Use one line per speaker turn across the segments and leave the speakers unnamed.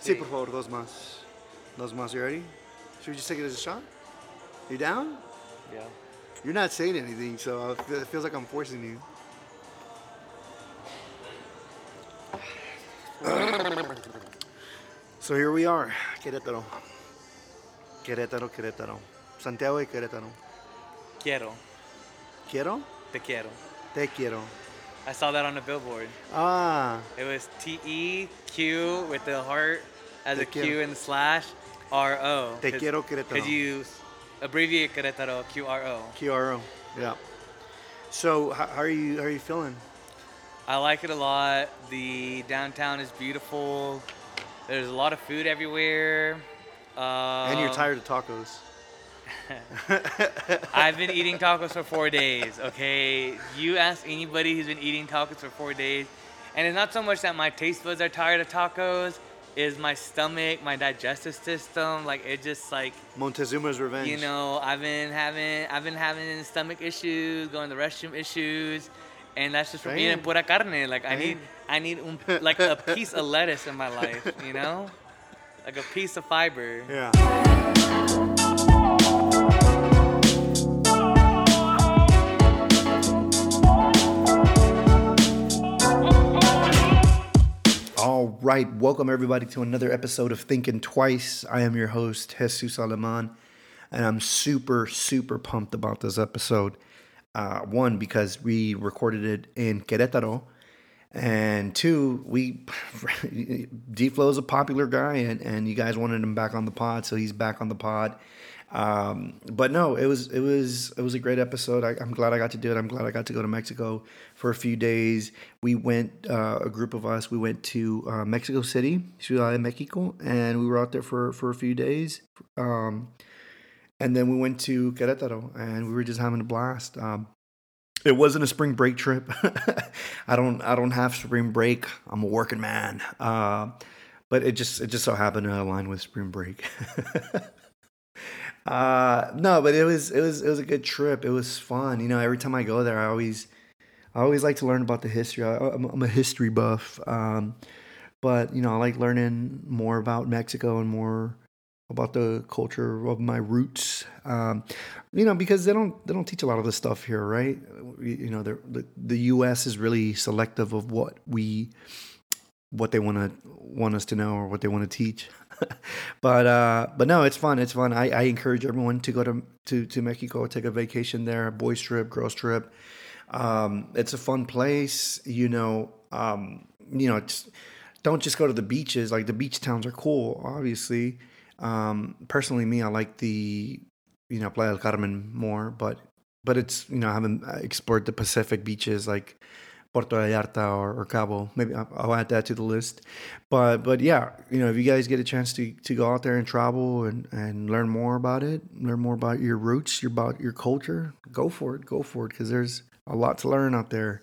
Sí, por favor, dos más. Dos más, you ready? Should we just take it as a shot? You down?
Yeah.
You're not saying anything, so I- it feels like I'm forcing you. so here we are, Querétaro. Querétaro, Querétaro. Santiago y Querétaro.
Quiero.
Quiero,
Te quiero.
te quiero.
I saw that on a billboard.
Ah,
It was T E Q with the heart as
Te
a Q
quiero.
and slash R O.
Te quiero Querétaro.
Because you s- abbreviate Querétaro Q R O.
QRO. Yeah. So how, how are you? How are you feeling?
I like it a lot. The downtown is beautiful. There's a lot of food everywhere. Uh,
and you're tired of tacos.
I've been eating tacos for four days, okay? You ask anybody who's been eating tacos for four days, and it's not so much that my taste buds are tired of tacos, is my stomach, my digestive system, like it just like
Montezuma's revenge.
you know, I've been having I've been having stomach issues, going to the restroom issues, and that's just from eating
Damn.
pura carne. Like I need
Damn.
I need un, like a piece of lettuce in my life, you know? Like a piece of fiber.
Yeah. All right, welcome everybody to another episode of Thinking Twice. I am your host, Jesus Aleman, and I'm super, super pumped about this episode. Uh, one, because we recorded it in Querétaro, and two, we D Flow's a popular guy, and, and you guys wanted him back on the pod, so he's back on the pod. Um, but no, it was it was it was a great episode. I, I'm glad I got to do it. I'm glad I got to go to Mexico for a few days. We went uh, a group of us. We went to uh, Mexico City, Ciudad de Mexico, and we were out there for for a few days. Um, and then we went to Querétaro, and we were just having a blast. Um, it wasn't a spring break trip. I don't I don't have spring break. I'm a working man. Uh, but it just it just so happened to align with spring break. uh, no, but it was it was it was a good trip. It was fun. You know, every time I go there, I always I always like to learn about the history. I, I'm, I'm a history buff. Um, but you know, I like learning more about Mexico and more about the culture of my roots. Um, you know, because they don't they don't teach a lot of this stuff here, right? You you know, they're- the the U.S. is really selective of what we what they want to want us to know or what they want to teach. but uh, but no, it's fun. It's fun. I, I encourage everyone to go to to to Mexico, take a vacation there, boys trip, girls trip. Um, it's a fun place. You know, um, you know, it's, don't just go to the beaches. Like the beach towns are cool, obviously. Um, personally, me, I like the you know Playa del Carmen more, but but it's you know I haven't explored the Pacific beaches like Puerto Vallarta or, or Cabo. Maybe I'll, I'll add that to the list. But but yeah, you know, if you guys get a chance to, to go out there and travel and, and learn more about it, learn more about your roots, your about your culture, go for it, go for it, because there's a lot to learn out there.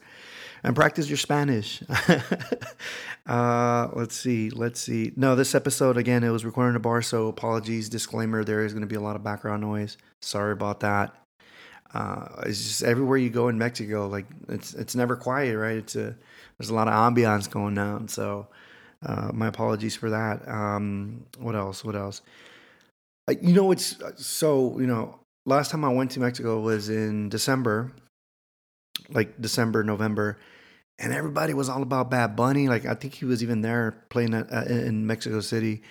And practice your Spanish. uh, let's see, let's see. No, this episode again, it was recorded in a bar, so apologies. Disclaimer: there is going to be a lot of background noise. Sorry about that uh, it's just everywhere you go in Mexico, like it's it's never quiet, right? It's a there's a lot of ambiance going on. So uh, my apologies for that. Um, what else? What else? Uh, you know, it's so you know. Last time I went to Mexico was in December, like December, November, and everybody was all about Bad Bunny. Like I think he was even there playing at, uh, in Mexico City,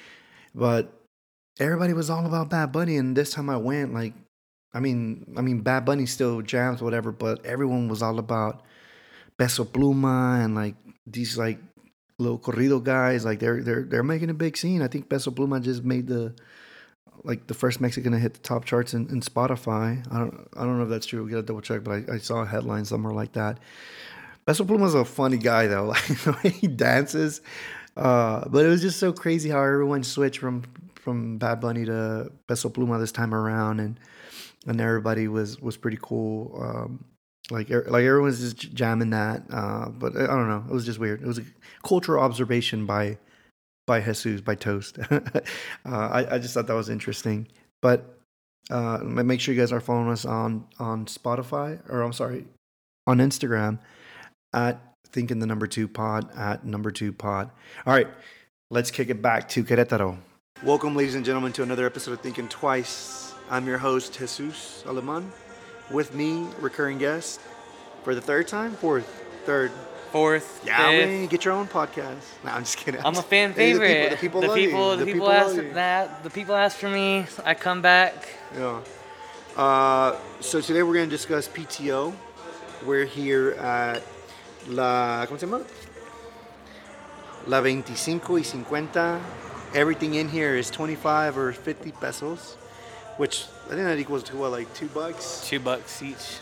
but everybody was all about Bad Bunny. And this time I went, like I mean, I mean, Bad Bunny still jams, whatever, but everyone was all about Beso Pluma and like these like little corrido guys. Like they're they're they're making a big scene. I think Beso Pluma just made the like the first Mexican to hit the top charts in, in Spotify. I don't I don't know if that's true. We gotta double check, but I, I saw a headline somewhere like that. Beso Pluma's a funny guy though. Like the way he dances. Uh, but it was just so crazy how everyone switched from from Bad Bunny to Beso Pluma this time around and and everybody was was pretty cool. Um, like er- like everyone's just j- jamming that. Uh, but I I don't know. It was just weird. It was a cultural observation by by Jesus by Toast. uh, I I just thought that was interesting. But uh, ma- make sure you guys are following us on on Spotify or I'm sorry on Instagram at thinking the number two pod at number two pod. All right. Let's kick it back to Querétaro. Welcome, ladies and gentlemen, to another episode of Thinking Twice. I'm your host, Jesus Aleman. With me, recurring guest, for the third time? Fourth. Third.
Fourth,
Yeah,
fifth.
man, get your own podcast. No, I'm just kidding.
I'm a fan
Hey, the people-
favorite.
The people,
the
love
people,
you.
the people
love
ask
you.
that. The people ask for me. I come back.
Yeah. Uh, so today we're going to discuss PTO. We're here at La, ¿cómo se llama? La 25 y 50. Everything in here is 25 or 50 pesos, which I think that equals to what, like two bucks?
Two bucks each.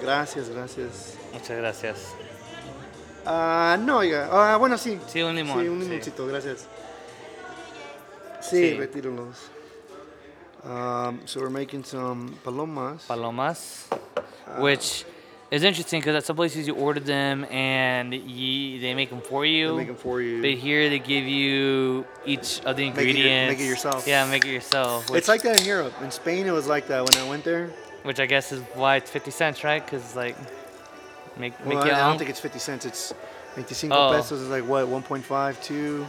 Gracias, gracias.
Muchas gracias.
Ah, no, oiga. Ah, bueno, sí.
Sí, un limón.
Sí, un
sí.
limoncito, gracias.
Sí.
Sí, retírenlos. Um, so we're making some palomas.
Palomas,
Ah.
which is interesting because at some places you order them and ye, they make them for you.
They make 'em for you.
But here they give you each of the
your- make it
ingredients.
yourself.
Yeah, make it yourself. Which,
It's like that in Europe. In Spain, it was like that when I went there.
which I guess is why it's 50 cents, right? Because like make
Well,
make
I,
your
I
own.
don't think it's 50 cents. It's 25
Oh.
pesos is like what 1.5, 2,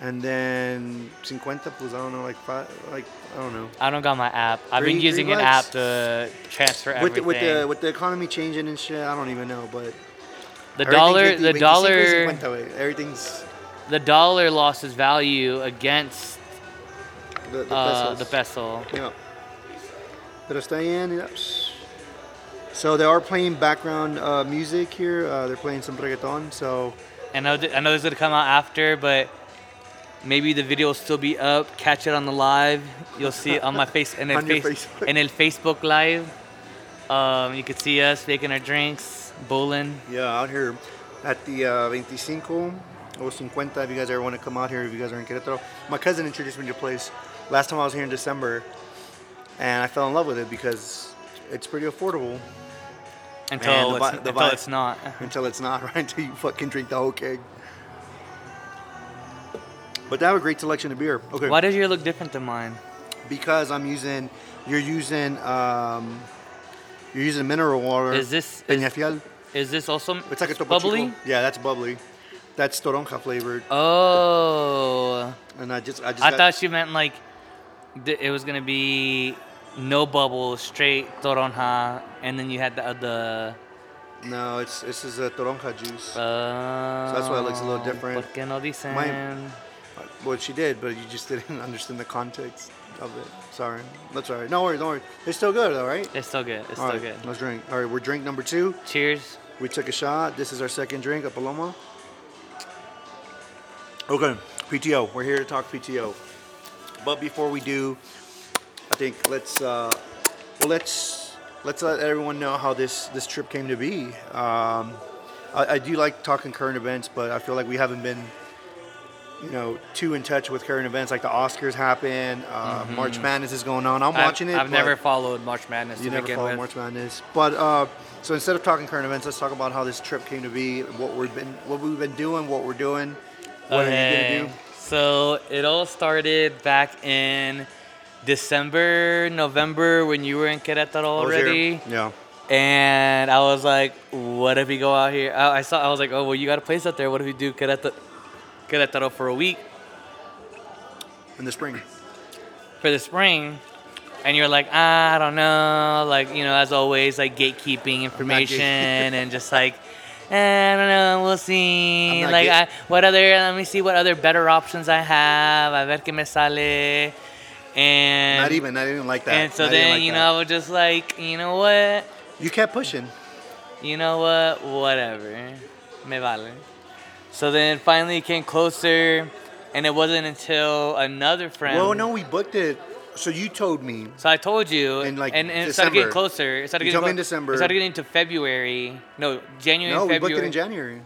and then 50 plus I don't know like five, like I don't know.
I don't got my app. I've
Three-
been
three
using an
bucks.
app to transfer
With the,
everything.
with the with the economy changing and shit, I don't even know. But
The
everything's
dollar,
50,
the
25
dollar,
50, wait, everything's
the dollar lost its value against
the, the
uh, the
pesos.
peso.
Yeah. Pero está bien. yeah. So they are playing background uh, music here. Uh, they're playing some reggaeton. So
And I know, th- I know this is gonna come out after, but maybe the video will still be up. Catch it on the live. You'll see it on my face and el,
On your
face,
Facebook.
and el Facebook live. Um, you could see us making our drinks, bowling.
Yeah, out here at the uh, 25 or 50. If you guys ever want to come out here, if you guys are in Querétaro, my cousin introduced me to the place last time I was here in December, and I fell in love with it because it's pretty affordable
Until,
Man, the
it's,
vi- the
until
vibe.
it's not.
until it's not, right? Until you fucking drink the whole keg. But they have a great selection of beer. Okay,
Why does yours look different than mine?
because I'm using, you're using, um, you're using mineral water.
Is this- is-
Peñafiel?
Is this also
It's like a Topo Chico.
bubbly?
Yeah, that's bubbly. That's toronja flavored,
Oh.
and I just I just
I
got-
thought she meant like th- it was gonna be no bubble, straight toronja, and then you had the other.
No, it's this is a toronja juice.
Uh,
that's why it looks a little different.
¿Por qué no dicen?
well, she did, but you just didn't understand the context of it. Sorry, that's all right. No worries, don't worry. It's still good, all right.
It's still good. It's
all
still
right,
good.
let's drink. All right, we're drink number two.
Cheers.
We took a shot. This is our second drink, a Paloma. Okay, PTO. We're here to talk PTO. But before we do, I think let's uh, well let's let's let everyone know how this this trip came to be. Um, I, I do like talking current events, but I feel like we haven't been you know too in touch with current events. Like the Oscars happen, uh, March Madness is going on. I'm
Mm-hmm. I've-
watching it.
I've
but-
never followed March Madness
you
to
never
begin
follow
with.
March Madness. But uh, so instead of talking current events, let's talk about how this trip came to be, what we've been, what we've been doing, what we're doing, what are you
Okay.
gonna
So it all started back in December, November when you were in Querétaro
do? I was here.
already.
Yeah.
And I was like, what if we go out here? I, I saw, I was like, oh, well, you got a place out there. What if we do Querétaro, Querétaro for a week
In the spring.
for the spring? And you're like, ah, I don't know. Like, you know, as always, like gatekeeping information and just like, eh, I don't know, we'll see.
I'm not
Like, I,
gate-
what other, let me see what other better options I have. A ver que me sale. And,
not even, not even like that.
and so
Not even
then,
like
you
that.
know, I was just like, you know what?
you kept pushing.
you know what, whatever, me vale. So then finally it came closer, and it wasn't until another friend.
Well, no, we booked it. So you told me.
So I told you,
In, like,
and, and it started getting
December.
closer. It started
You
getting
told me
clo-
in December.
It started getting to February. No, January.
No,
and
we
February.
booked it in January.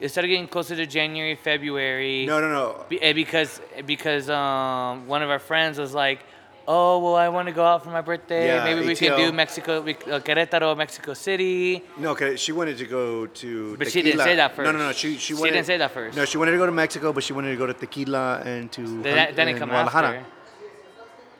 It started getting closer to January, February.
No, no, no.
Be- eh, because because um one of our friends was like, oh well, I want to go out for my birthday.
Yeah,
Maybe we can
ETL.
do Mexico, we, uh, Querétaro, Mexico City.
No, 'cause she wanted to go to.
But she didn't
Tequila.
say that
No, no, no.
first.
She she
She
wanted.
didn't say that first.
No, she wanted to go to Mexico, but she wanted to go to Tequila and to.
Then, that- then it
and
come
Guadalajara.
after,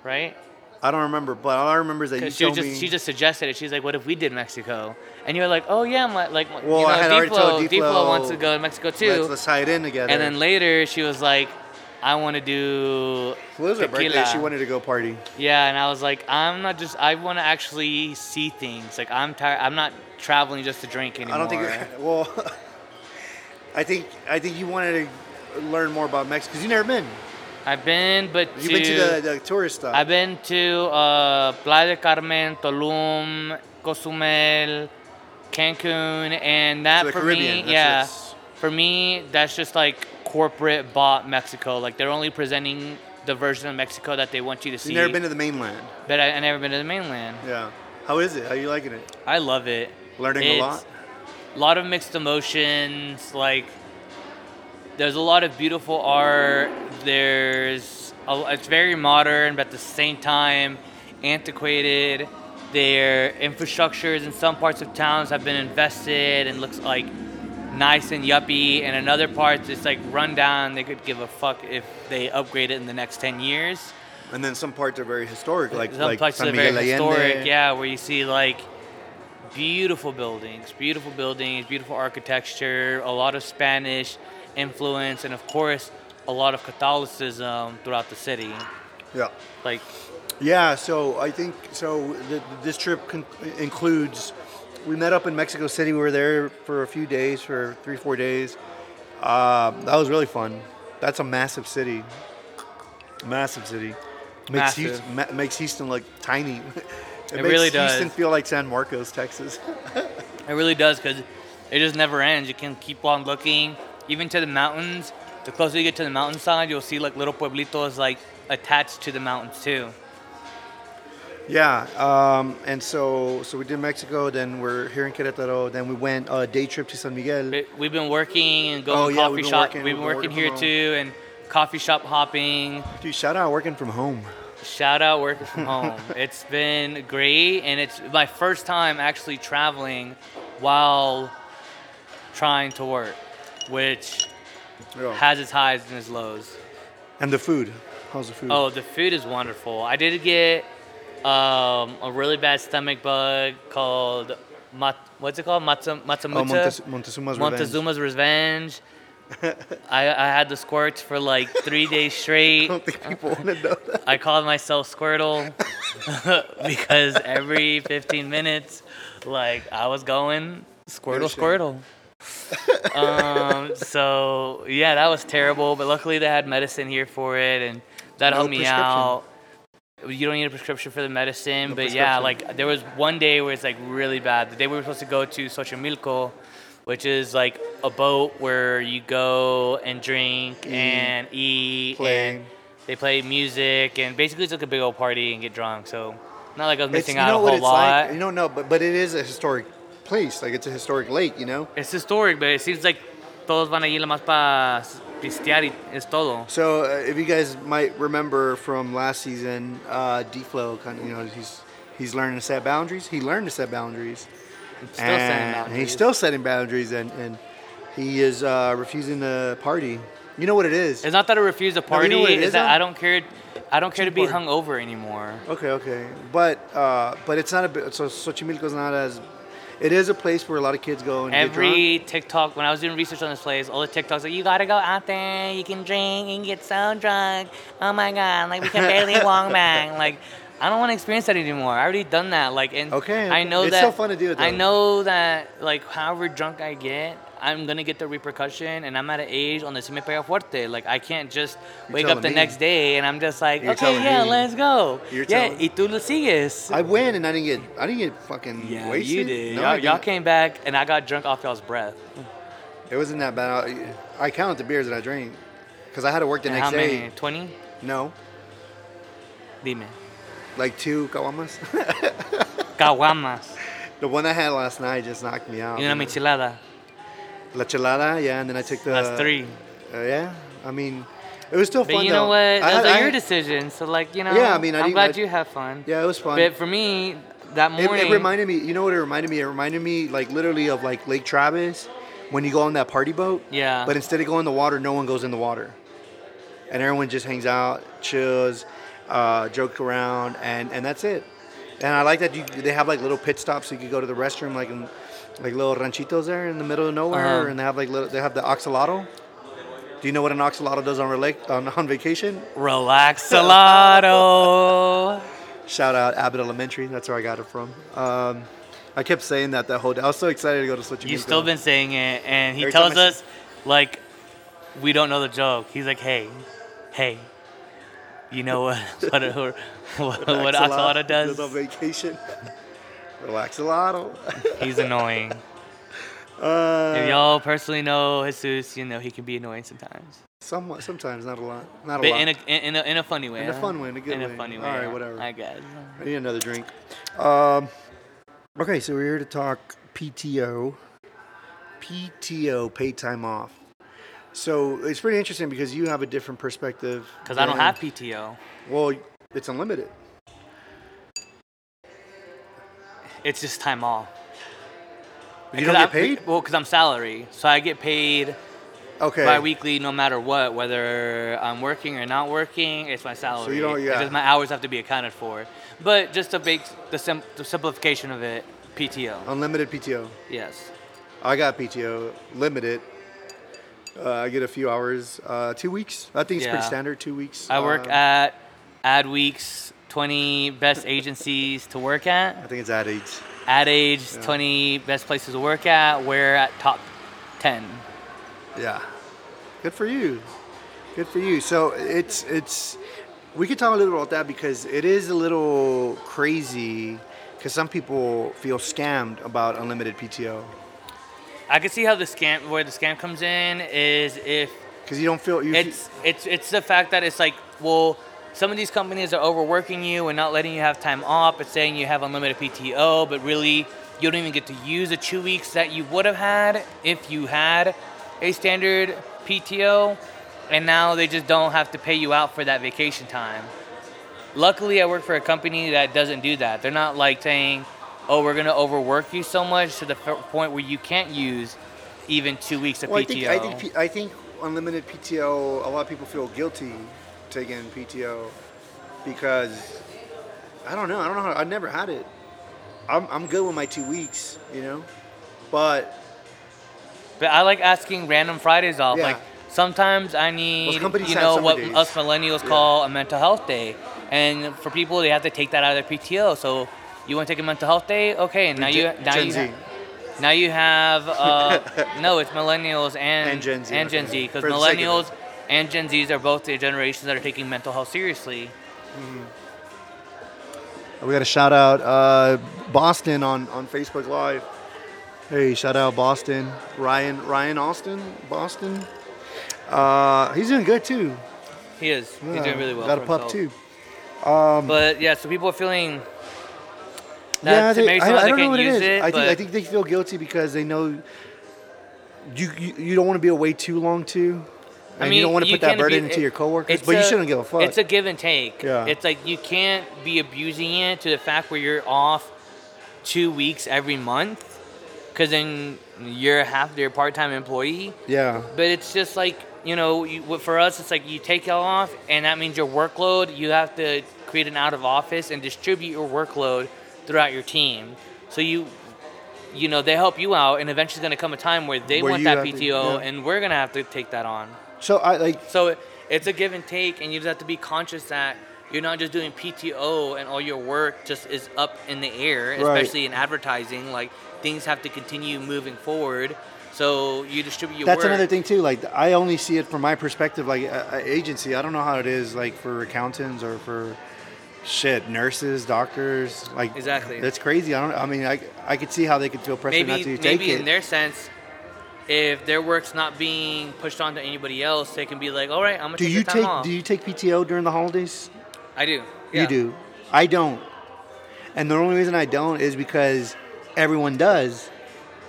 right?
I don't remember, but all I remember is that you
Because she
showed
was just
me.
she just suggested it. She's like, "What if we did Mexico?" And you were like, "Oh yeah, my, like
Well,
you know,
I had already
Diplo,
told
Diplo
Diplo,
wants to go to Mexico too."
let's, let's tie it in together.
and then later she was like, "I want to do
Well, it was her birthday.
tequila."
She wanted to go party.
Yeah, and I was like, I'm not just. I want to actually see things. Like I'm tired. I'm not traveling just to drink anymore.
I don't think. Well, I think I think you wanted to learn more about Mexico because you never been.
I've been, but
You've been to the, the tourist stuff.
I've been to uh, Playa del Carmen, Tulum, Cozumel, Cancun, and that
To the
for
Caribbean, that's
me, yeah,
what's-
for me, that's just like corporate bought Mexico. Like they're only presenting the version of Mexico that they want you to see.
You've never been to the mainland.
but I, I never been to the mainland.
Yeah. How is it? How you liking it?
I love it.
Learning
It's-
a lot.
a lot of mixed emotions like there's a lot of beautiful art there's a, it's very modern but at the same time antiquated their infrastructures in some parts of towns have been invested and looks like nice and yuppie and in other parts it's like run down they could give a fuck if they upgrade it in the next 10 years
And then some parts are very historic, like
some
like
places
San
are
Miguel
very
Allende.
historic, yeah, where you see like beautiful buildings, beautiful buildings, beautiful architecture, a lot of Spanish influence, and of course, a lot of Catholicism throughout the city.
Yeah.
Like,
Yeah, so I think so. Th- this trip con- includes. We met up in Mexico City. We were there for a few days, for three, four days. Uh, that was really fun. That's a massive city. Massive city. Makes,
Massive.
Houston, ma- makes Houston look tiny. it makes
really does.
Houston feel like San Marcos, Texas.
it really does because it just never ends. You can keep on looking, even to the mountains. The closer you get to the mountainside, you'll see like little pueblitos like attached to the mountains too.
Yeah, um, and so so we did Mexico. Then we're here in Querétaro. Then we went a day trip to San Miguel.
We- We've been working and going
Oh,
to
yeah,
coffee
we've been
shop.
working-
we've been working
from
here
home.
too, and coffee shop hopping.
Dude, shout out working from home.
Shout out working from home. it's been great, and it's my first time actually traveling while trying to work, which
Yeah.
has its highs and its lows.
And the food. How's the food?
Oh, the food is wonderful. I did get um, a really bad stomach bug called mat- what's it called? Matsum- Matsamuta.
Oh, Montez- Montezuma's Revenge.
Montezuma's Revenge. I, I had the squirts for like three days straight.
I don't think people want to know that.
I called myself Squirtle because every 15 minutes, like I was going Squirtle,
No
Squirtle. um, so yeah, that was terrible. But luckily, they had medicine here for it, and that
No
helped me
prescription.
out. You don't need a prescription for the medicine, but yeah,
prescription.
like there was one day where it's like really bad. The day we were supposed to go to Xochimilco, which is like a boat where you go and drink and eat
play.
and they play music and basically it's like a big old party and get drunk. So not like I was
It's, you
missing out
know
a
what
whole
it's
lot.
like. You don't know, but but it is a historic place. Like it's a historic lake. You know.
it's historic, but it seems like todos van allí más para pistear y es todo.
So uh, if you guys might remember from last season, uh, Deflo kind of you know he's he's learning to set boundaries. He learned to set boundaries.
I'm still
and
sending
He's
boundaries.
still setting boundaries, and and he is uh, refusing to party. You know what it is.
It's not that I refuse to
you
party.
know what it
it's
is,
that
though?
I don't care. I don't care to be
Two-part.
hungover anymore.
Okay, okay, but uh, but it's not a bit. So Xochimilco's not as. It is a place where a lot of kids go and get drunk.
Every TikTok, when I was doing research on this place, all the TikToks like, you gotta go out there, you can drink and get so drunk. Oh my god, like we can barely walk back. Like, I don't want to experience that anymore. I already done that. Like, and
Okay,
I know
it's
that
still fun to do it,
I
though.
know that like however drunk I get, I'm gonna get the repercussion, and I'm at an age on the me pega fuerte. Like, I can't just wake up
telling
the
me.
next day and I'm just like,
You're
okay,
telling
yeah,
me.
let's go.
You're
yeah,
telling-
y tú lo sigues.
I went and I didn't get I didn't get fucking
yeah,
wasted.
you did.
No, I
y'all, y'all
didn't.
came back, and I got drunk off y'all's breath.
It wasn't that bad. I, I counted the beers that I drank because I had to work the
And
next
how
day.
many? 20?
No,
Dime.
like two caguamas.
Caguamas.
the one I had last night just knocked me out.
Y una michelada.
La chelada, yeah, and then I took the.
That's three.
Uh, yeah, I mean, it was still fun.
But you know
though.
what?
I
Those
had- I
are your
had-
decisions. So, like, you know,
Yeah, I mean, I
am
didn't-
glad
I-
you have fun.
Yeah, it was fun.
But for me, that
It,
morning.
it reminded me. You know what it reminded me? It reminded me like literally of like Lake Travis, when you go on that party boat.
Yeah.
But instead of going in the water, no one goes in the water, and everyone just hangs out, chills, uh, joke around, and, and that's it. And I like that you, they have like little pit stops, so you could go to the restroom, like in, like little ranchitos there in the middle of nowhere,
Uh-huh.
and they have like little, they have the oxalato. Do you know what an oxalato does on rela- on, on vacation?
Relaxalato.
Shout out Abbott Elementary. That's where I got it from. Um, I kept saying that that whole day. I was so excited to go to Switch.
You've still been saying it, and he
Every time
tells
I
us, like, we don't know the joke. He's like, hey, hey, you know what what, what, what, what Ocelot does?
on vacation. Relaxalato.
He's annoying. If
Uh,
y'all personally know Jesus, you know he can be annoying sometimes,
somewhat, sometimes, not a lot. Not a
but
lot.
in a, in, in a in a funny way.
In a
huh?
fun way, in a good
in
way.
a funny way.
Alright, whatever.
I guess.
I need another drink. Um, okay, so we're here to talk PTO. PTO, paid time off. So it's pretty interesting because you have a different perspective.
Because I don't
than-
have PTO.
Well, it's unlimited.
It's just time off.
You don't
'Cause
get paid.
I'm, well, because I'm salary, so I get paid
Okay.
bi-weekly no matter what whether i'm working or not working it's my salary
don't- yeah.
because my hours have to be accounted for but just to make the, sim- the simplification of it pto
Unlimited PTO.
yes
I got PTO limited. Uh, I get a few hours, uh, two weeks. I think it's
Yeah.
pretty standard, two weeks.
i work
Uh,
at adweek's 20 best agencies to work at
I think it's at eight.
ad age 20 best places to work at we're at top 10
Yeah. Good for you. Good for you. So it's it's we could talk a little about that because it is a little crazy because some people feel scammed about unlimited PTO
i can see how the scam where the scam comes in is if
because you don't feel you
it's it's it's the fact that it's like well some of these companies are overworking you and not letting you have time off but saying you have unlimited pto but really you don't even get to use the two weeks that you would have had if you had a standard pto and now they just don't have to pay you out for that vacation time luckily i work for a company that doesn't do that they're not like saying oh we're going to overwork you so much to the f- point where you can't use even two weeks of
Well, I
pto
think I think P- I think unlimited PTO. A lot of people feel guilty taking PTO because I don't know. I don't know. How, I never had it. I'm I'm good with my two weeks, you know. But
But I like asking random Fridays off.
Yeah.
Like sometimes I need,
companies
you
have
know,
summer
what
days.
us millennials
Yeah.
call a mental health day, and for people they have to take that out of their PTO. So you want to take a mental health day? Okay, and now you
Gen-
now
Gen
you
Z.
ha- now you have uh, no, it's millennials and
And Gen Z,
and
okay.
Gen Z because
For the sake of it.
millennials and Gen Zs are both the generations that are taking mental health seriously.
we got a shout out uh, Boston on on Facebook Live. Hey, shout out Boston, Ryan Ryan Austin, Boston. Uh, he's doing good too.
He is. He's
Yeah,
doing really well.
Got a
for
pup
himself.
too.
But yeah, so people are feeling. That
yeah, they,
maybe
I,
some
I
of them
don't know
can't
what it
use
is. I think I
but-
think they feel guilty because they know you you, you don't want to be away too long too, and you don't want to put that
can't
burden
abu-
into
it-
your coworkers.
it's
But you
a-
shouldn't give a fuck.
It's a give and take.
Yeah.
It's like you can't be abusing it to the fact where you're off two weeks every month, because then you're half your part-time employee.
yeah,
But it's just like you know, you, what- for us, it's like you take it off, and that means your workload. You have to create an out of office and distribute your workload throughout your team. So you. You know they help you out, and eventually going to come a time where they
Where
want
you
that
have to-
PTO,
yeah.
and we're gonna have to take that on.
so I like
So it- it's a give and take, and you just have to be conscious that you're not just doing PTO and all your work just is up in the air, especially in advertising. Like things have to continue moving forward, so you distribute your
that's
work.
another thing too. Like I only see it from my perspective, like a, a agency. I don't know how it is like for accountants or for shit nurses, doctors. Like
Exactly.
that's crazy. I don't. I mean, I I could see how they could feel pressure not
Maybe
to take
maybe
it.
in their sense, if their work's not being pushed on to anybody else, they can be like, "All right, I'm gonna
do
take
you
the time
take
off."
do you take PTO during the holidays?
I do.
You
yeah.
do. I don't. And the only reason I don't is because everyone does.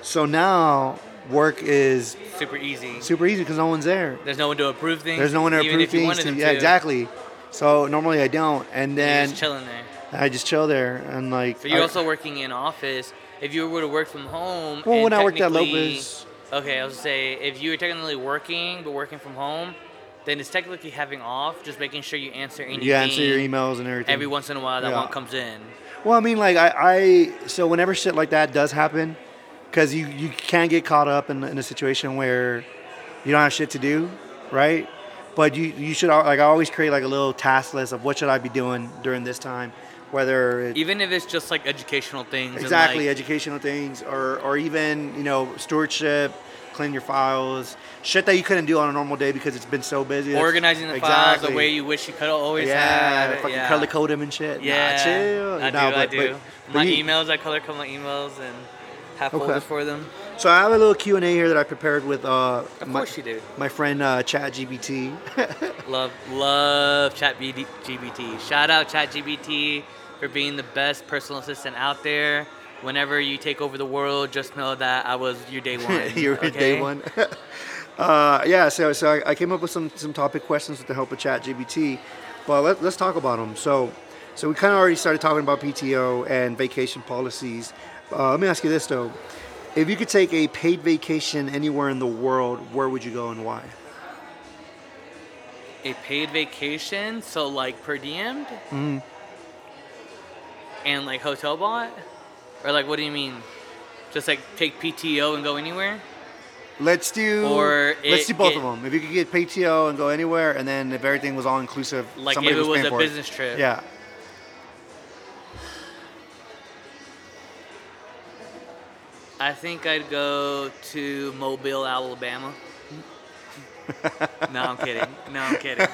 So now work is
Super easy.
super easy because no one's there.
There's no one to approve things.
There's no one to
even
approve
if you
things
wanted
to.
them
Yeah,
to.
exactly. So normally I don't, and
You're
then
just chilling there.
I just chill there and like.
But you're
I-
also working in office. If you were to work from home,
Well,
and
when I worked at
technically-
Lopez-
okay, I was gonna say if you were technically working but working from home, then it's technically having off, just making sure you answer anything.
You answer your emails and everything.
Every once in a while, that
Yeah.
one comes in.
Well, I mean, like I, I so whenever shit like that does happen, because you you can get caught up in, in a situation where you don't have shit to do, right? But you you should al- like I always create like a little task list of what should I be doing during this time, whether it's
Even if it's just like educational things. and,
exactly
like-
educational things or or even you know stewardship, clean your files, shit that you couldn't do on a normal day because it's been so busy. That's-
organizing the files the way you wish you could always
yeah,
have.
fucking
yeah.
color code them and shit.
Yeah,
nah, chill.
I do.
Nah,
I
but-
do.
but- but
my
you-
emails, I color code my emails and have
Okay.
folders for them.
So I have a little Q and A here that I prepared with uh,
Of
my,
course you do.
my friend uh, ChatGPT.
Love, love ChatGPT. GBT. Shout out ChatGPT for being the best personal assistant out there. Whenever you take over the world, just know that I was your day one.
You're in day
okay?
one. uh, yeah. So so I, I came up with some some topic questions with the help of ChatGPT, but let, let's talk about them. So so we kind of already started talking about PTO and vacation policies. Uh, let me ask you this though: If you could take a paid vacation anywhere in the world, where would you go and why?
A paid vacation, so like per diem
Mm-hmm.
and like hotel bought, or like what do you mean? Just like take PTO and go anywhere?
Let's do
Or
let's
it
do both
get-
of them. If you could get PTO and go anywhere, and then if everything was all inclusive,
Like
somebody
if it was
paying
a
for
business trip.
Yeah.
I think I'd go to Mobile, Alabama. no, I'm kidding. No, I'm kidding.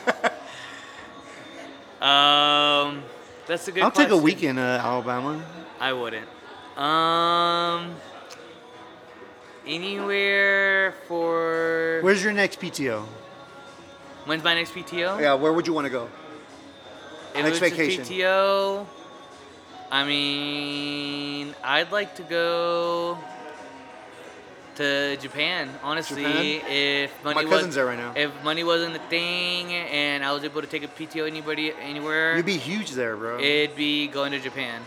Um, that's a good.
I'll take a
question.
weekend in uh, Alabama.
I wouldn't. Um, anywhere for
Where's your next PTO?
when's my next PTO?
Yeah, where would you want to go?
If
next
it was
vacation.
A PTO. I mean, I'd like to go to Japan. Honestly,
Japan?
if money
My
was-
cousin's there right now.
If money wasn't a thing and I was able to take a PTO anybody anywhere,
You'd be huge there, bro.
it'd be going to Japan.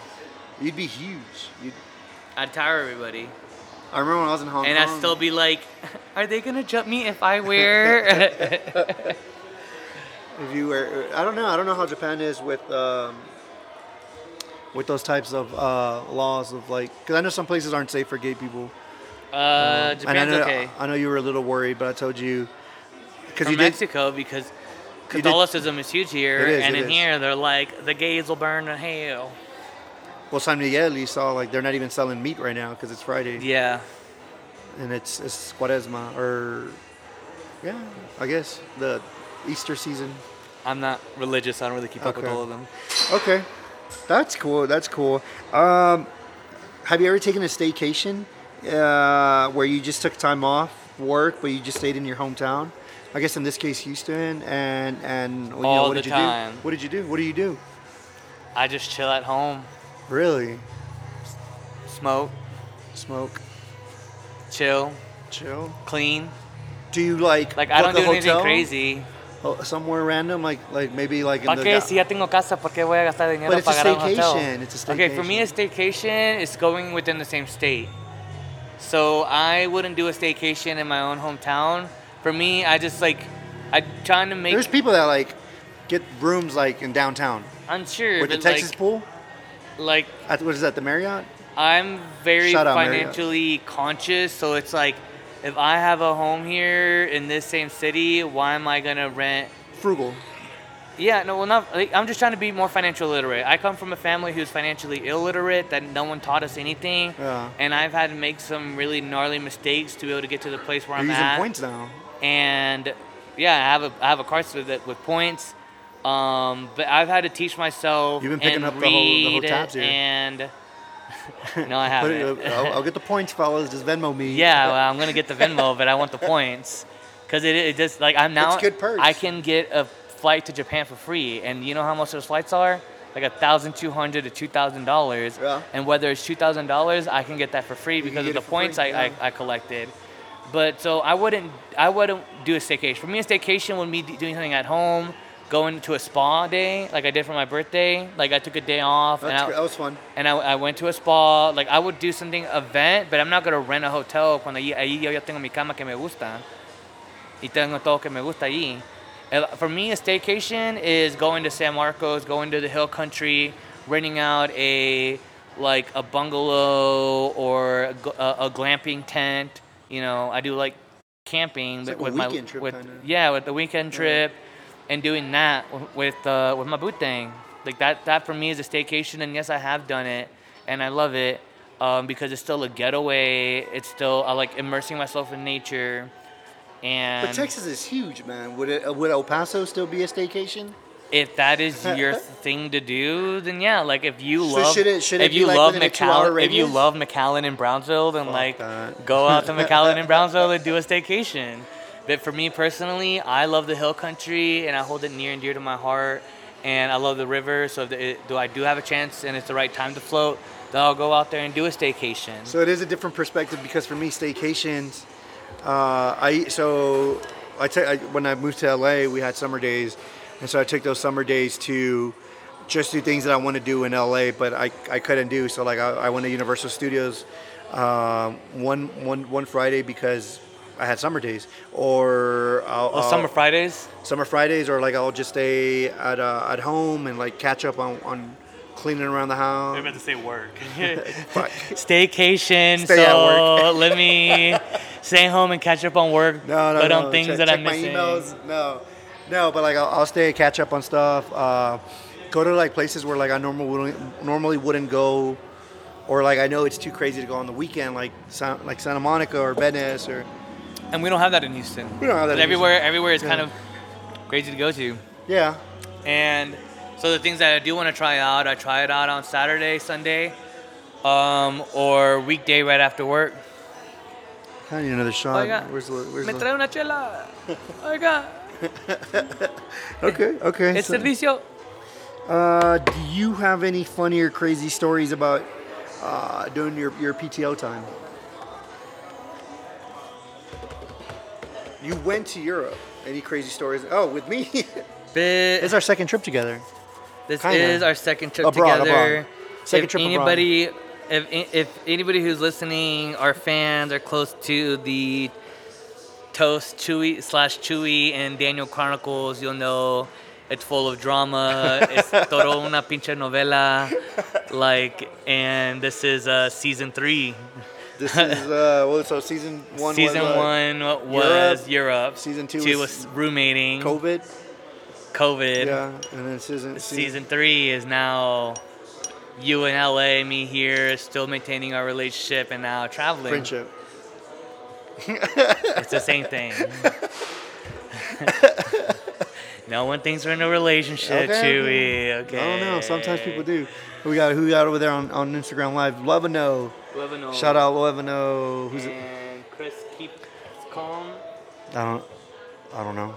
You'd be huge. You'd,
I'd tire everybody,
I remember when I was in Hong
and
Kong.
I'd still be like, "Are they gonna jump me if I wear?"
If you were, I don't know. I don't know how Japan is with um, with those types of uh, laws of like, because I know some places aren't safe for gay people.
uh,
And I
Japan's
know,
okay.
I know you were a little worried, but I told you because
From
you did.
Mexico because
you did-
Catholicism is huge here,
It is,
and
it
in
is.
here they're like the gays will burn in hell.
Well, San Miguel, you saw like they're not even selling meat right now because it's Friday
Yeah,
and it's it's Cuaresma or yeah, I guess the Easter season.
I'm not religious. I don't really keep up with
Okay.
all of them.
Okay, that's cool. That's cool. Um, have you ever taken a staycation uh, where you just took time off work, but you just stayed in your hometown? I guess in this case, Houston, and and you know,
All
what
the
did you
time.
do? What did you do? What do you do?
I just chill at home,
Really?
smoke,
Smoke,
chill,
chill.
clean.
Do you like
Like I don't
book
do
a
anything
hotel?
crazy.
Oh, somewhere random, like like maybe like in
¿Para
the
qué?
da-
Si ya tengo casa, ¿por qué voy a gastar dinero
But it's a
pagar un hotel?
staycation, it's a
Okay, for me, a staycation is going within the same state. So I wouldn't do a staycation in my own hometown. For me, I just like I'm trying to make.
there's people that like get rooms like in downtown
I'm sure,
with the
but
Texas
like,
pool.
like
At, what is that? The Marriott?
I'm very
Shout out, Marriott.
financially conscious, so it's like if I have a home here in this same city, why am I gonna rent?
Frugal.
Yeah, no, well, not. Like, I'm just trying to be more financial literate. I come from a family who's financially illiterate that no one taught us anything,
Yeah.
and I've had to make some really gnarly mistakes to be able to get to the place where
You're
I'm
using
at.
points now.
and yeah, I have a I have a card with it with points. Um, but I've had to teach myself.
You've been picking
and
up the whole- the whole
read
tabs here.
And no, I
Put
haven't.
it, uh, I'll, I'll get the points, fellas. Just Venmo me.
Yeah, well, I'm gonna get the Venmo, but I want the points, cause it, it just like I'm now.
It's good perks.
I can get a flight to Japan for free, and you know how much those flights are? Like a thousand two hundred to two thousand dollars.
Yeah.
And whether it's two thousand dollars, I can get that for free
can
because
get
of the
it for free,
points I,
yeah.
I, I collected. But so I wouldn't I wouldn't do a staycation. For me, a staycation would be doing something at home, going to a spa day like I did for my birthday. Like I took a day off. and
That's,
I-
good. that was fun.
and I, I went to a spa. Like I would do something event, but I'm not gonna rent a hotel cuando allí ahí yo ya tengo mi cama que me gusta y tengo todo que me gusta allí. And For me, a staycation is going to San Marcos, going to the hill country, renting out a like a bungalow or a, gl- a, a glamping tent. You know, I do like camping
like a
with my
weekend trip
with
kinda.
yeah with the weekend trip, and doing that w- with uh, with my boot thing. Like that that for me is a staycation, and yes, I have done it, and I love it um, because it's still a getaway. It's still I like immersing myself in nature. And
But Texas is huge, man. Would it, uh, would El Paso still be a staycation?
if that is your thing to do, then yeah. Like if you
So
love
should it- should it
if
be,
you
like,
love
within a two-hour
McAllen, if you
radius?
love McAllen and Brownsville, then like
that.
go out to McAllen and Brownsville and do a staycation. But for me personally, I love the hill country and I hold it near and dear to my heart. And I love the river, so if the, it, do I do have a chance and it's the right time to float, then I'll go out there and do a staycation.
So it is a different perspective because for me, staycations, uh, I so I ta- I- when I moved to LA, we had summer days, and so I took those summer days to just do things that I want to do in LA, but I, I couldn't do. So like I, I went to Universal Studios um, one one one Friday because I had summer days, or I'll,
well,
I'll-
summer Fridays,
summer Fridays, or like I'll just stay at uh, at home and like catch up on, on cleaning around the house.
They're about to say work.
Fuck.
staycation.
Stay at
so let me stay home and catch up on work,
No, no,
but
no.
on things
check,
that
check
I'm
my
missing.
emails. No, no, but like I'll, I'll stay and catch up on stuff. Uh, go to like places where like I normal wouldn't, normally wouldn't go, or like I know it's too crazy to go on the weekend, like San, like Santa Monica or Venice or
And we don't have that in Houston.
We don't have that
But
in
everywhere, everywhere is kind
Yeah.
of crazy to go to.
yeah.
And so the things that I do want to try out, I try it out on Saturday, Sunday, um, or weekday right after work.
I need another shot.
Oiga,
Where's the, where's
Me
the-
trae una chela. Oiga,
okay, okay.
es
so-
servicio.
uh, do you have any funny or crazy stories about uh, doing your, your PTO time? You went to Europe. Any crazy stories? Oh, with me.
Bit-
It's our second trip together.
This
Kinda.
is our second trip
Abroad,
together.
abroad. Second
if
trip abroad.
anybody, If, if anybody who's listening, our fans are close to the Toast Chewy slash Chewy and Daniel Chronicles, you'll know it's full of drama. it's todo una pinche novela. Like, and this is uh, season three.
This is uh, well, so season one.
season
was, uh,
one was Europe.
Season two was
was, roommating.
COVID.
COVID.
Yeah, and then season
Season three is now you in LA, me here, still maintaining our relationship and now traveling.
friendship.
It's the same thing. no one thinks we're in a relationship,
Okay,
Chewy. Okay.
I don't know. Sometimes people do. Who we got? Who we got over there on, on Instagram Live? Levino.
Lebanon
Shout out Levino. Who's it?
and Chris keeps calm.
I don't. I don't know.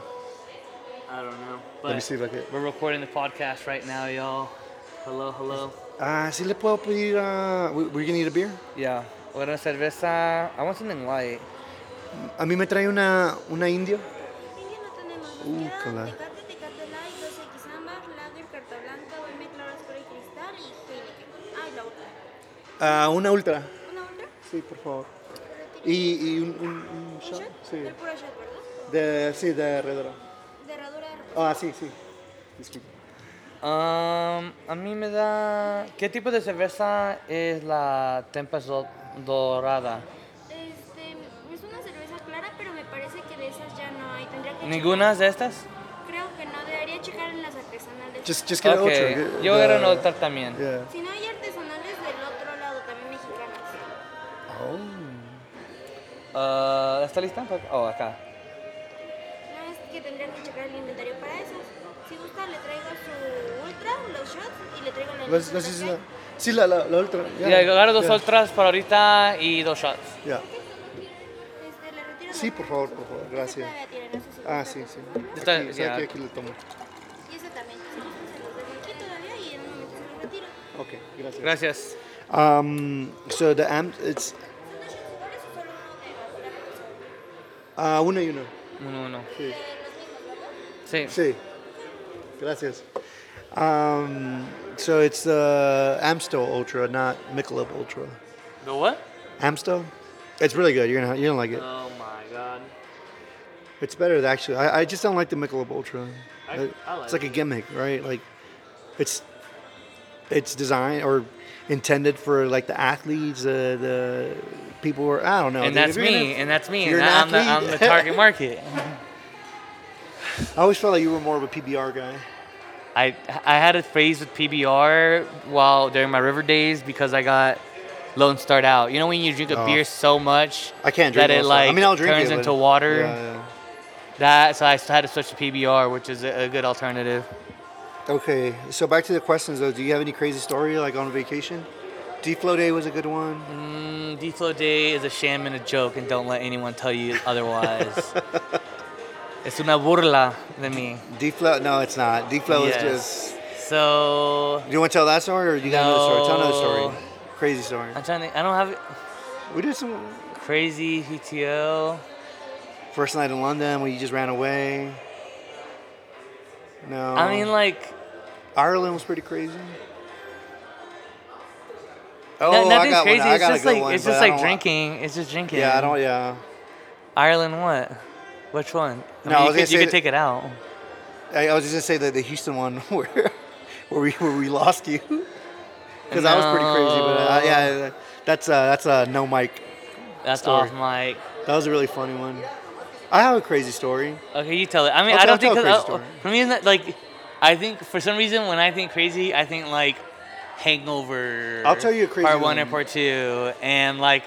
I don't know. But
Let me see if I can.
We're recording the podcast right now, y'all. Hello, hello.
Ah, si le puedo pedir. Uh, we, we're gonna need a beer.
Yeah. Una cerveza. I want something light.
A mí me trae una una indio.
India no tenemos. Nos
Uh,
queda
cala.
Tecate, Tecate Light, 2X Ámbar, Lager, Carta Blanca, Olmec, Claras, Cora y Cristal y Heineken. Ay, la otra.
Ah, una ultra.
¿Una otra?
Sí, por favor.
¿Pero tiene
Y, y un, un- un
un
shot.
shot?
Sí.
El puro shot, ¿verdad?
De sí de alrededor.
De herradura de reposo.
Ah, sí, sí. Disculpe.
Um, a mí me da. ¿Qué tipo de cerveza es la Tempas do- Dorada?
Este, es una cerveza clara, pero me parece que de esas ya no hay. Tendría que
¿Ninguna de estas?
checar. Creo que no, debería checar en las artesanales.
Just just get an
Okay.
ultra.
Yo era
The-
notar también.
Yeah.
Si no hay artesanales del otro lado, también mexicanas.
Oh.
Ah, ¿Está lista? Oh, acá.
No es que tendría que checar el inventario para esas. Si gusta, le traigo su ultra, los shots y le traigo la
Let's,
India
let's
Tecate.
use that. Sí, la, la, la ultra.
Y
Yeah.
agarro dos
yeah.
ultras para ahorita y dos shots.
Yeah.
Este, le retiro
Sí,
la-
por favor, por favor.
Creo que
Gracias.
todavía tienen, no sé si
Ah,
gusta
sí,
que
sí.
se ponga.
Aquí,
Está-
o sea,
yeah.
aquí, aquí lo tomo.
Y ese también. Si gustan, se los dejo aquí todavía y en un momento se los retiro.
Okay, gracias.
Gracias.
Um, so the amp, it's
¿Son dos shots iguales o solo uno de basura?
uh, uno y uno.
Uno, uno.
Sí.
De los mismos, ¿verdad?
Sí.
Sí. Gracias. Um, so it's the Amstel Ultra, not Michelob Ultra.
¿The what? Uh,
Amstel? It's really good. You're gonna, you don't like it.
Oh my god.
It's better than- actually. I, I just don't like the Michelob Ultra.
I-
It-
I like
it's like a
it.
gimmick, right? Like, it's it's designed or intended for like the athletes, uh, the people who are I don't know.
And
dude. If
that's
you're gonna-
me, and that's me,
you're
and
an
I'm the, I'm
athlete.
the target market.
I always felt like you were more of a PBR guy.
I I had a phase with PBR while during my river days because I got Lone Star out. You know when you drink a
Oh.
beer so much
I can't drink
that it
Monster.
like
I mean, I'll drink
turns
it, but-
into water.
Yeah,
That so I had to switch to PBR, which is a, a good alternative.
yeah. Okay, so back to the questions though. Do you have any crazy story like on vacation? Deflow day was a good one.
Mm, Deflow Day is a sham and a joke, and don't let anyone tell you otherwise. it's una burla de mí.
Deflow? No, it's not. Deflow
Yes.
is just.
So
Do you want to tell that story or do you got another story? Tell another
No.
story. Crazy story.
I'm trying to. I don't have
We did some
crazy PTO.
first night in London where you just ran away. No.
I mean, like
Ireland was pretty crazy. Oh,
No-
I
nothing's
got one.
crazy.
I
It's
got a
just
good
like
one,
it's
but
just
I
like
don't-
drinking. It's just drinking.
Yeah, I don't. Yeah.
Ireland, what? Which one?
No,
I mean,
I
you,
was gonna
could, you
say
could
that-
take it out.
I, I was just gonna say that the Houston one where where we where we lost you because I was pretty crazy, but uh,
No.
yeah, that's uh, that's uh, no mic.
That's
Story.
off mic.
That was a really funny one. I have a crazy story.
Okay, you tell it. I mean,
I'll
I
tell-
don't think
tell a crazy
'cause I-
story.
for me, it's not, like I think for some reason when I think crazy, I think like hangover.
I'll tell you a crazy
part one and
one.
part two, and like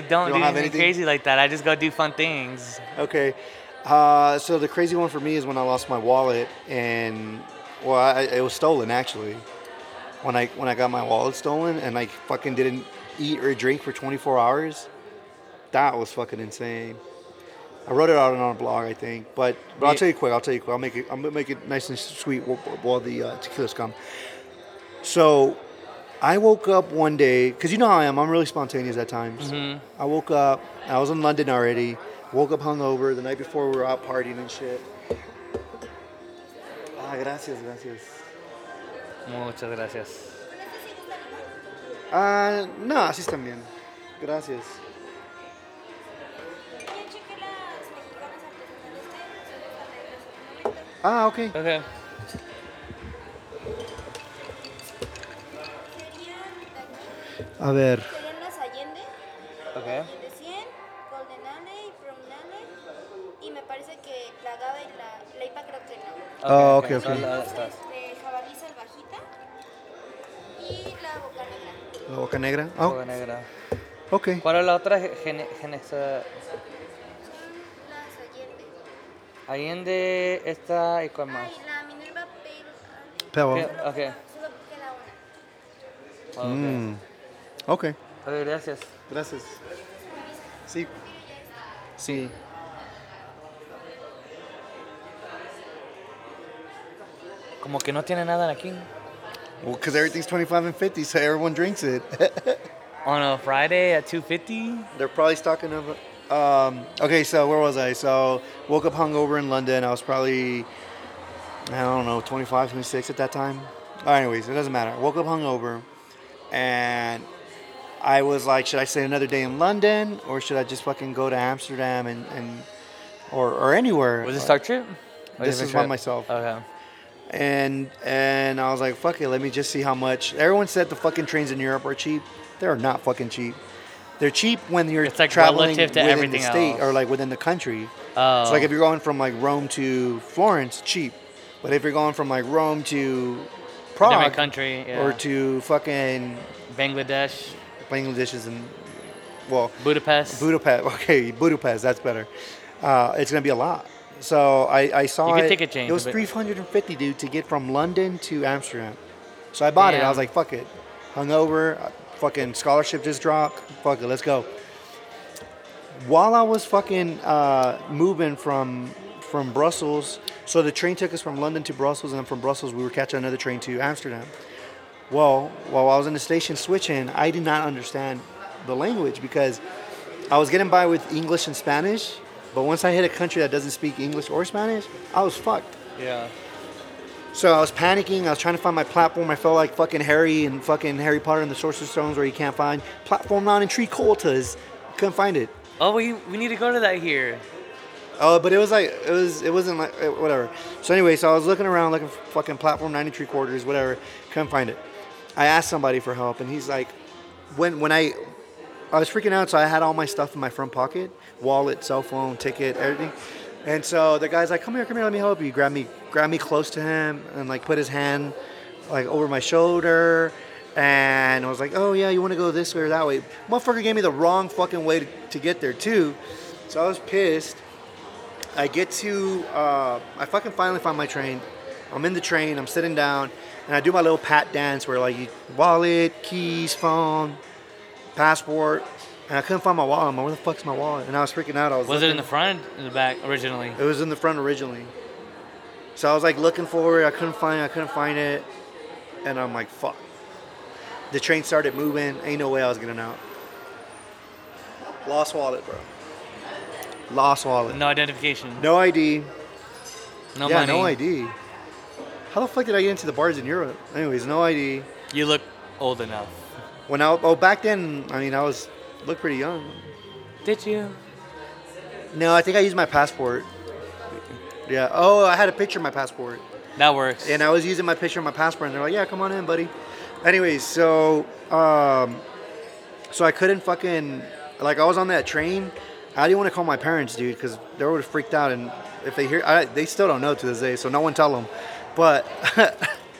You
don't, do
don't have
anything,
anything?
crazy like that. I just go do fun things.
Okay, uh, so the crazy one for me is when I lost my wallet and well, I, it was stolen actually. When I when I got my wallet stolen and I fucking didn't eat or drink for 24 hours, that was fucking insane. I wrote it out on a blog, I think, but but I'll
Yeah.
tell you quick. I'll tell you quick. I'll make it. I'll make it nice and sweet while, while the uh, tequila's come. So, I woke up one day because you know how I am. I'm really spontaneous at times. I woke up. I was in London already. Woke up hungover the night before. We were out partying and shit. Ah, gracias, gracias.
Muchas gracias.
Ah, no, así están bien. Gracias.
Ya chequé las mexicanas artesanales que hay, si gustan, le regreso un momento.
Ah, okay.
Okay.
Serían,
A ver.
serían las Allende,
Okay.
Allende 100, Golden Ale, Brown Ale, y me parece que la Agave y la, la IPA creo que no.
Oh, okay,
so
okay.
I'll- I'll stop.
Este, jabalí salvajita y la bocanegra.
La boca negra. Oh,
Agua negra.
okay.
¿Cuál es la otra? Gene- eh, Genesa-
Son las Allende.
Allende, esta y cuál
Ah,
más.
y la Minerva Pale
Pebble.
Okay. okay.
Ale. Solo queda una.
Okay.
Mm. Okay.
Ok, gracias.
Gracias. Sí. Sí.
Como que no tiene nada aquí.
Well, because everything's 25 and 50, so everyone drinks it.
On a Friday at 2.50.
They're probably stocking up. Um, okay, so where was I? So woke up hungover in London. I was probably, I don't know, 25, 26 at that time. Oh, anyways, it doesn't matter. Woke up hungover, and I was like, should I stay another day in London, or should I just fucking go to Amsterdam and, and or, or anywhere?
Was this our trip? Or
This
different
is by
trip?
myself.
Okay.
and and I was like, fuck it, let me just see how much. Everyone said the fucking trains in Europe are cheap. They're not fucking cheap. They're cheap when you're
It's, like,
traveling
relative to
within
everything
the state
else.
or like within the country.
Oh.
So like if you're going from like Rome to Florence, cheap. But if you're going from like Rome to Prague
country, yeah.
or to fucking
Bangladesh,
Bangladesh is in well
Budapest.
Budapest. Okay, Budapest. That's better. Uh, it's gonna be a lot. So I, I saw
You could
it.
take a change,
it was
but-
350 dude to get from London to Amsterdam. So I bought it. I was
Damn.
like, fuck it. Hungover. uh, Fucking scholarship just dropped. Fuck it. Let's go. While I was fucking uh, moving from from Brussels, so the train took us from London to Brussels, and then from Brussels we were catching another train to Amsterdam. Well, while I was in the station switching, I did not understand the language because I was getting by with English and Spanish, but once I hit a country that doesn't speak English or Spanish, I was fucked.
yeah.
So I was panicking. I was trying to find my platform. I felt like fucking Harry and fucking Harry Potter and the Sorcerer's Stones, where you can't find platform nine and tree cultas. Couldn't find it.
Oh, we, we need to go to that here.
Oh, but it was like it was it wasn't like eh, whatever. So anyway, so I was looking around looking for fucking platform 93 quarters, whatever. Couldn't find it. I asked somebody for help, and he's like, when when I I was freaking out, so I had all my stuff in my front pocket, wallet, cell phone, ticket, everything. And so the guy's like, come here, come here, let me help you. Grab me, grab me close to him, and like put his hand like over my shoulder. And I was like, oh yeah, you want to go this way or that way? Motherfucker gave me the wrong fucking way to, to get there too. So I was pissed. I get to, uh, I fucking finally find my train. I'm in the train, I'm sitting down, and I do my little pat dance where like you, wallet, keys, phone, passport, and I couldn't find my wallet. I'm like, where the fuck's my wallet? And I was freaking out. I was.
Was it in
looking-
the front, or in the back originally?
It was in the front originally. So I was like looking for it. I couldn't find. it, I couldn't find it, and I'm like, fuck. The train started moving. Ain't no way I was getting out. Lost wallet, bro. Lost wallet.
No identification.
No ID.
No
yeah,
money.
no ID. How the fuck did I get into the bars in Europe? Anyways, no ID.
You look old enough.
When I oh back then, I mean I was looked pretty young.
Did you?
No, I think I used my passport. Yeah. Oh, I had a picture of my passport.
That works.
and I was using my picture on my passport, and they're like, "Yeah, come on in, buddy." Anyways, so um, so I couldn't fucking like I was on that train. I didn't want to call my parents, dude, because they would have freaked out, and if they hear, I, they still don't know to this day, so no one tell them. But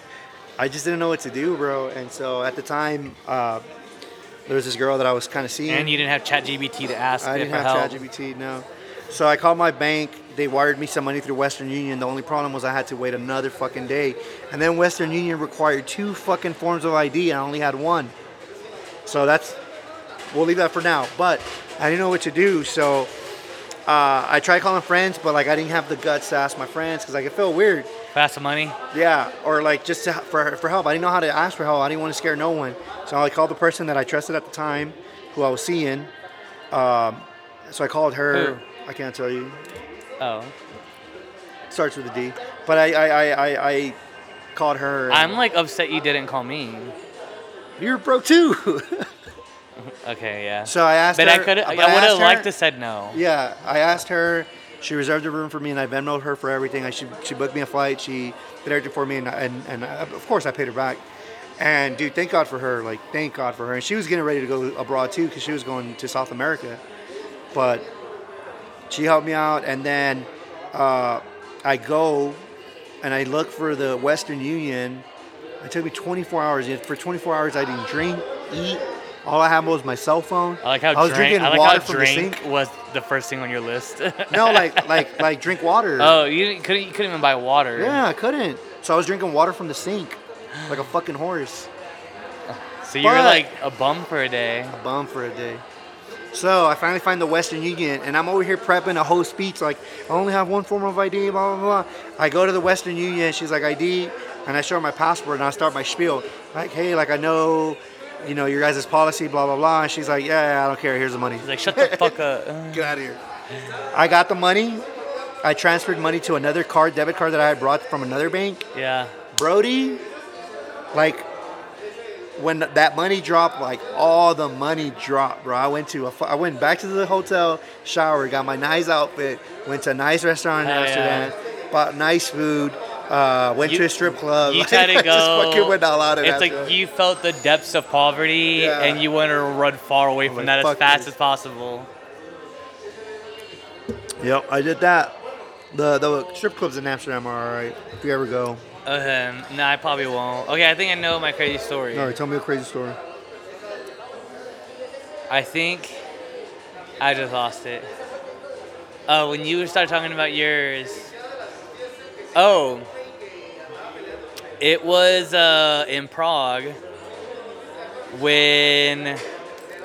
I just didn't know what to do, bro. And so at the time, uh, there was this girl that I was kind of seeing.
And you didn't have ChatGPT to ask
I
it
didn't
for
have
help.
ChatGPT, no. So I called my bank. They wired me some money through Western Union. The only problem was I had to wait another fucking day. And then Western Union required two fucking forms of ID, and I only had one. So that's, we'll leave that for now. But I didn't know what to do, so uh, I tried calling friends, but like I didn't have the guts to ask my friends because like it felt weird.
Fast money.
Yeah, or like just to, for, for help. I didn't know how to ask for help. I didn't want to scare no one. So I called the person that I trusted at the time, who I was seeing. Um, so I called her.
Who?
I can't tell you.
Oh.
Starts with a D. But I I, I, I, I called her. and-
I'm like upset you didn't call me.
You're broke too.
Okay, yeah.
so I asked
but
her.
I could. I
but
would have
asked her-
liked to said no.
Yeah, I asked her. She reserved a room for me, and I Venmoed her for everything. I she, she booked me a flight. She did everything for me, and and, and I, of course I paid her back. And dude, thank God for her. Like, thank God for her. And she was getting ready to go abroad too, because she was going to South America. But she helped me out, and then uh, I go and I look for the Western Union. It took me 24 hours. and For 24 hours, I didn't drink, eat. All I had was my cell phone.
I like how
I was
drink,
drinking
I like
water
how
from the sink.
drink was the first thing on your list.
No, like like like drink water.
oh, you didn't, couldn't. You couldn't even buy water.
Yeah, I couldn't. So I was drinking water from the sink, like a fucking horse,
So you were
But-
like a bum for a day.
a bum for a day. So I finally find the Western Union, and I'm over here prepping a whole speech like I only have one form of ID, blah blah blah. I go to the Western Union, she's like ID, and I show her my passport, and I start my spiel, like hey, like I know, you know your guys' policy, blah blah blah. And she's like, yeah, yeah, I don't care, here's the money.
He's like, shut the fuck up. Uh,
Get out of here. I got the money. I transferred money to another card, debit card that I had brought from another bank.
Yeah.
Brody, like when that money dropped, like all the money dropped, bro. I went to a, fu- I went back to the hotel, showered, got my nice outfit, went to a nice restaurant in
Hell
Amsterdam, bought nice food, uh, went
You-
to a strip club.
You
Like,
tried
I
to go.
Just fucking went all out of
it's
that,
like
bro.
you felt the depths of poverty,
Yeah.
and you wanted to run far away from
like,
that as
fuck
fast
this.
as possible.
Yep, I did that. The the strip clubs in Amsterdam are alright. If you ever go,
Um, no, I probably won't. Okay, I think I know my crazy story.
all right, tell me a crazy story.
I think I just lost it. Oh, when you started talking about yours. Oh, it was uh, in Prague when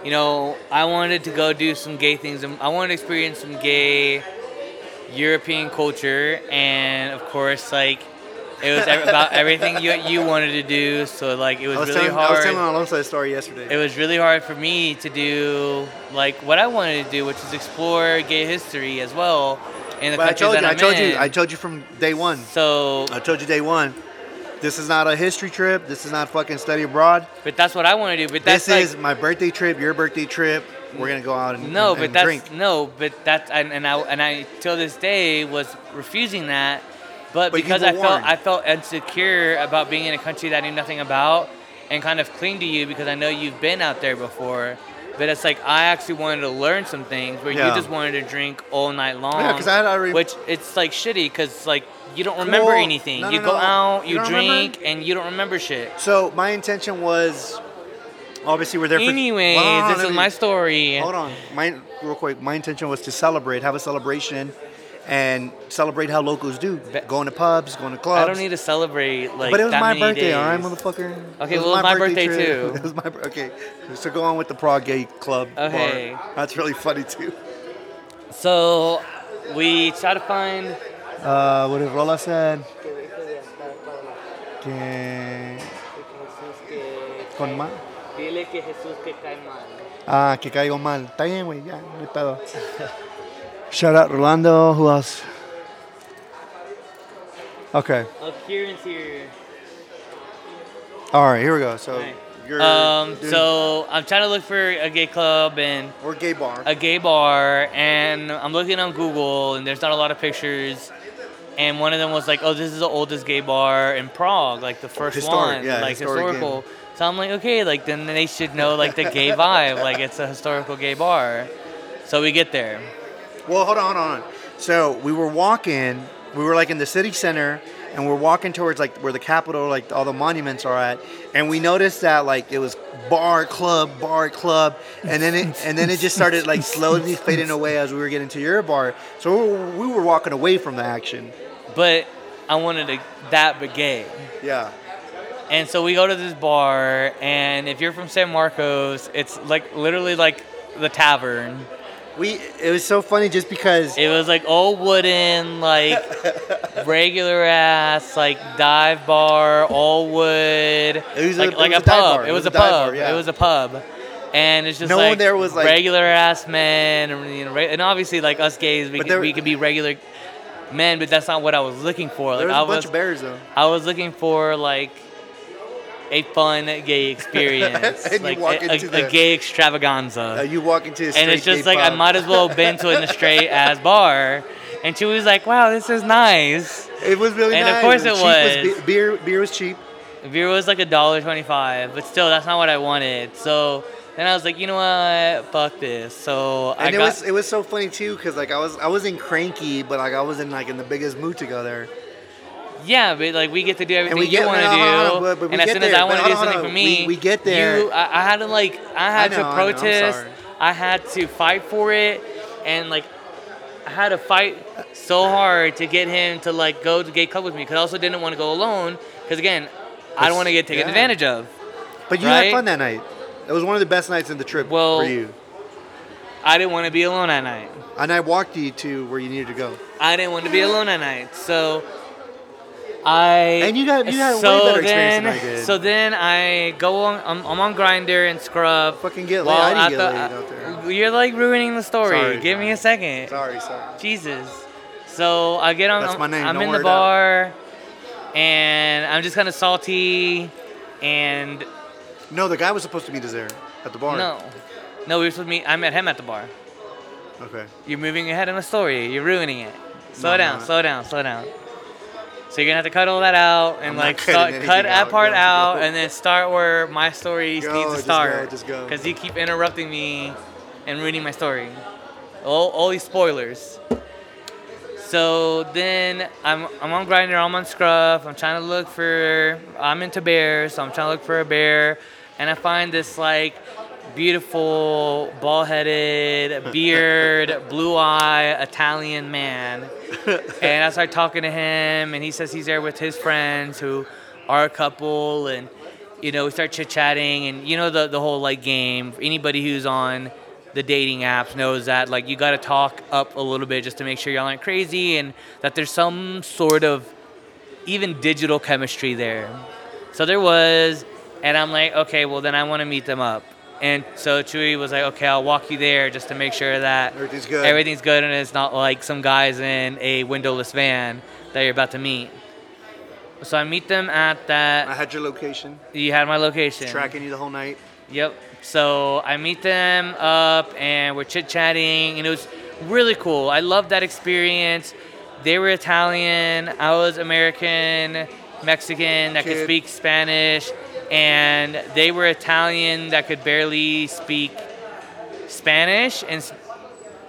you know I wanted to go do some gay things. and I wanted to experience some gay European culture, and of course, like it was ev- about everything you you wanted to do. So like it was,
I was,
really
telling,
hard
I was telling Alonso a story yesterday.
it was really hard for me to do like what I wanted to do, which is explore gay history as well in the
but I
countries
told you,
that
I
I'm
told you,
in.
I told you from day one.
so,
I told you day one. This is not a history trip. This is not fucking study abroad.
but that's what I want to do. But that's
this
like,
is my birthday trip, your birthday trip, we're gonna go out and
No,
and-
but
and
that's
drink.
no, but that's and, and I and I till this day was refusing that, but,
But you
because
were
I felt
warned.
I felt insecure about being in a country that I knew nothing about, and kind of cling to you because I know you've been out there before. But it's like I actually wanted to learn some things where
Yeah.
you just wanted to drink all night long.
'cause I had already-
which it's like shitty because like you don't remember
Well,
anything.
no,
you
no,
go
no.
out,
You
you,
don't remember?
drink, and you don't remember shit.
So my intention was, obviously we're there. for
Anyways,
Hold on, hold on,
this
let
is
me-
my story.
Hold on, my real quick. My intention was to celebrate, have a celebration, and celebrate how locals do,
But-
going to pubs, going to clubs.
I don't need to celebrate like
but it was
that
my
many
birthday,
days.
all right, motherfucker.
Okay, well, it was my birthday,
trip.
too.
it was my bir- okay. So go on with the Prague Gay Club. bar.
Okay.
that's really funny too.
So we try to find.
Uh, what did Rola said? Que con mal. Ah, que caigo mal. Está bien, güey, ya, no hay pedo. Shout out Rolando. Who else? Okay.
Appearance here.
All right, here we go. So,
Right.
you're,
Um,
dude,
so I'm trying to look for a gay club and
we're gay bar.
a gay bar, and I'm looking on Google, and there's not a lot of pictures. And one of them was like, "Oh, this is the oldest gay bar in Prague, like the first
Historic,
one,
yeah,
like
historic gay
historical." So I'm like, "Okay, like then they should know like the gay vibe, like it's a historical gay bar." So we get there.
Well, hold on, hold on. So we were walking. We were like in the city center, and we're walking towards like where the Capitol, like all the monuments are at. And we noticed that like it was bar club, bar club, and then it and then it just started like slowly fading away as we were getting to your bar. So we were, we were walking away from the action.
But I wanted a, that, but gay.
Yeah.
And so we go to this bar, and if you're from San Marcos, it's like literally like the tavern.
We it was so funny just because
It was like old wooden, like regular ass, like dive bar, all
It
wood.
was a-
like
it
like
was a
a
dive
pub.
bar.
It was a pub.
dive bar, yeah.
It was a pub. And it's just
No one
like,
there was, like-
regular ass men, and, you know, re- and obviously like us gays, we
But
could,
there-
we could be regular men, but that's not what I was looking for. Like
there was
I
a bunch
was
of bears though.
I was looking for like a fun gay experience,
And you
like
walk
a,
into
a- a
the-
gay
Uh,
extravaganza,
you walk into a
and
straight
it's just
gay
like I
pub.
might as well have been to it in a straight ass bar. And she was like, "Wow, this is nice."
It was really
And of
nice.
course it
cheap
was.
be- beer. Beer was cheap.
The beer was like a dollar twenty-five, but still, that's not what I wanted. So then I was like, "You know what? Fuck this." So I
And it
got
was it was so funny too, cause like I was I wasn't cranky, but like I was in like in the biggest mood to go there.
yeah, but like we get to do everything
we get-
you want to
no,
do,
hold on, but- but we
and as
get
soon as
there.
I
But
want to
hold
do
on, hold
something for
on.
me,
We- we get there.
You, I, I had to like, I had
know, I know,
to
I'm
protest.
sorry.
I, had to fight for it, and like, I had to fight so hard to get him to like go to gay club with me because I also didn't want to go alone because again, I don't want to get taken
yeah.
advantage of.
But you
Right?
had fun that night. It was one of the best nights in the trip
Well-
for you.
I didn't want to be alone at night.
And I walked you to where you needed to go.
I didn't want to be alone at night. So I
And you got- you had a way better experience
then,
than I did.
So then I go on. I'm, I'm on Grinder and Scrub.
Fucking get laid.
while
I didn't
at uh,
get laid out there.
You're like ruining the story.
Sorry.
Give me a second.
Sorry, sorry.
Jesus. So I get on.
That's my name.
I'm
Don't
in
worry
the
about it.
bar, and I'm just kind of salty, and
No, the guy was supposed to meet us there at the bar.
no, no, we were supposed to meet. I met him at the bar.
Okay.
You're moving ahead in the story. You're ruining it. Slow
No, I'm
down,
not.
slow down, slow down. So you're gonna have to cut all that out and
I'm not
like
cutting
start,
anything
cut that
out.
part
Go,
out
go.
and then start where my story
Go,
needs to
just
start.
go, just go.
Because you keep interrupting me and ruining my story. All, all these spoilers. So then I'm I'm on Grinder, I'm on Scruff, I'm trying to look for I'm into bears, so I'm trying to look for a bear, and I find this like beautiful, bald headed, beard, blue eye Italian man. And I start talking to him and he says he's there with his friends who are a couple and you know, we start chit chatting and you know the the whole like game. Anybody who's on the dating apps knows that like you got to talk up a little bit just to make sure y'all aren't crazy and that there's some sort of even digital chemistry there. So there was, and I'm like, okay, well then I want to meet them up. And so Chewy was like, okay, I'll walk you there just to make sure that
Everything's good.
everything's good and it's not like some guys in a windowless van that you're about to meet. So I meet them at
I
that.
had your location,
You had my location.
tracking you the whole night.
Yep. So I meet them up and we're chit chatting, and it was really cool. I loved that experience. They were Italian, I was American, Mexican that could
Kid.
speak Spanish, and they were Italian that could barely speak Spanish and s-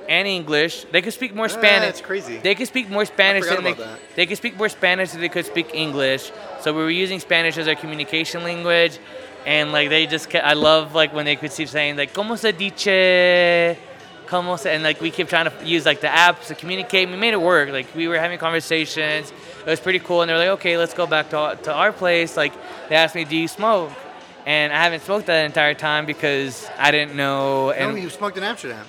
and English. They could speak more Spanish.
Ah, that's crazy.
They could speak more Spanish
forgot
than they,
about that.
they could speak more Spanish than they could speak English. So we were using Spanish as our communication language, and like they just kept, I love like when they could keep saying like "Cómo se dice," "Cómo se," and like we kept trying to use like the apps to communicate. We made it work. Like we were having conversations. It was pretty cool, and they're like, "Okay, let's go back to to our place." Like they asked me, "Do you smoke?" And I haven't smoked that entire time because I didn't know.
No,
And
you smoked in Amsterdam,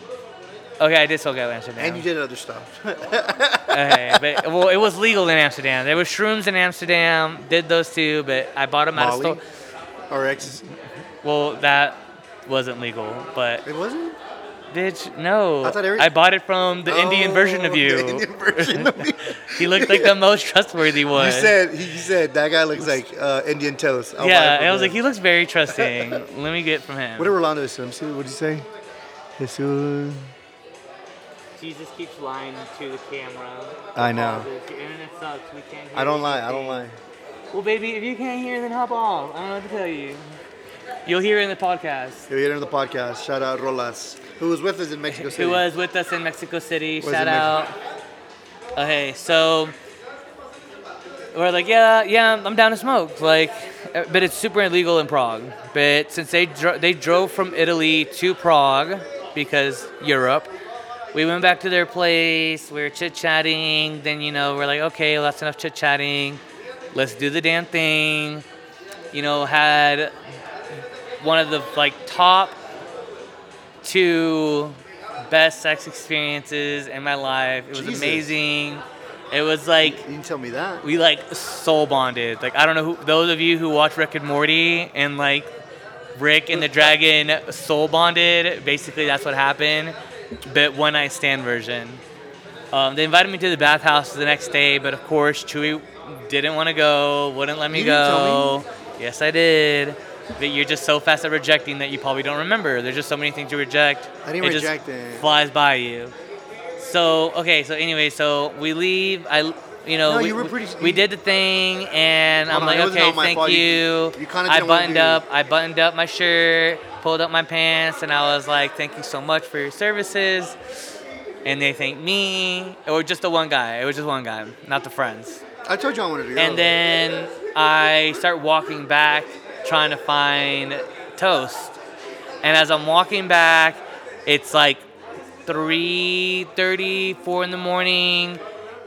okay, I did smoke at Amsterdam.
and you did other stuff.
Okay, but well, it was legal in Amsterdam. There was shrooms in Amsterdam. Did those two, but I bought them at a
Molly,
store.
or ex,
Well, that wasn't legal, but
it wasn't.
bitch, no.
I thought every-
bought it from the Indian version of
Oh,
you.
The Indian version of me.
He looked like the most trustworthy one.
You said he you said that guy looks like uh, Indian toast.
Oh,
I'll buy it
yeah,
from
and I was
him.
like, he looks very trusting. Let me get from him.
What did Rolando Sims do? What did you say? Jesus.
Jesus keeps lying to the camera.
I know. I don't lie. I don't lie.
Well, baby, if you can't hear, then hop off. I don't know what to tell you. You'll hear it in the podcast.
You're here on the podcast. Shout out Rolas, who was with us in Mexico City.
who was with us in Mexico City.
Was
Shout
in
out.
Mexico.
Okay, so we're like, yeah, yeah, I'm down to smoke. Like, uh, but it's super illegal in Prague. But since they dro- they drove from Italy to Prague because Europe, we went back to their place. We were chit chatting. Then you know we're like, okay, well, that's enough chit chatting. Let's do the damn thing. You know, had one of the like top two best sex experiences in my life. It was
Jesus.
amazing. It was like
You didn't tell me that.
we like soul bonded. Like I don't know who those of you who watch Rick and Morty and like Rick and the Dragon soul bonded. Basically, that's what happened. But one night stand version. Um, they invited me to the bathhouse the next day, but of course Chewy didn't want to go, wouldn't let me
You didn't
go. Yes, I did. But you're just so fast at rejecting that you probably don't remember. There's just so many things to reject.
I didn't
it just
reject it.
Flies by you. So okay, so anyway, so we leave. I, you know,
No,
we,
you were
we-
pretty-
we did the thing, and
Hold on,
I'm like,
it wasn't
okay,
all my
thank
fault. You-
you.
you kinda
I
didn't wanna do
buttoned
this.
up. I buttoned up my shirt, pulled up my pants, and I was like, thank you so much for your services. And they thanked me, or just the one guy. It was just one guy, not the friends.
I told you I wanted to go.
And then I start walking back, trying to find toast. And as I'm walking back, it's like 3:30, 4 in the morning,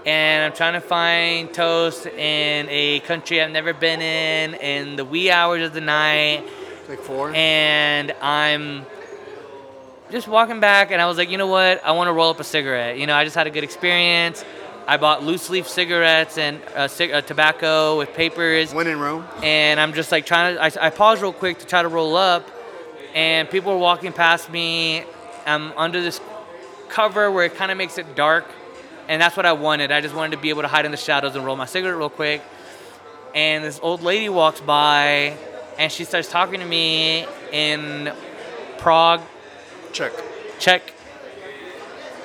and I'm trying to find toast in a country I've never been in in the wee hours of the night
like four.
and I'm just walking back, and I was like, you know what? I want to roll up a cigarette. You know, I just had a good experience. I bought loose leaf cigarettes and uh, cig- uh, tobacco with papers,
when in Rome.
and I'm just like trying to. I, I paused real quick to try to roll up, and people were walking past me. I'm under this cover where it kind of makes it dark, and that's what I wanted. I just wanted to be able to hide in the shadows and roll my cigarette real quick. And this old lady walks by, and she starts talking to me in Prague
Check.
check.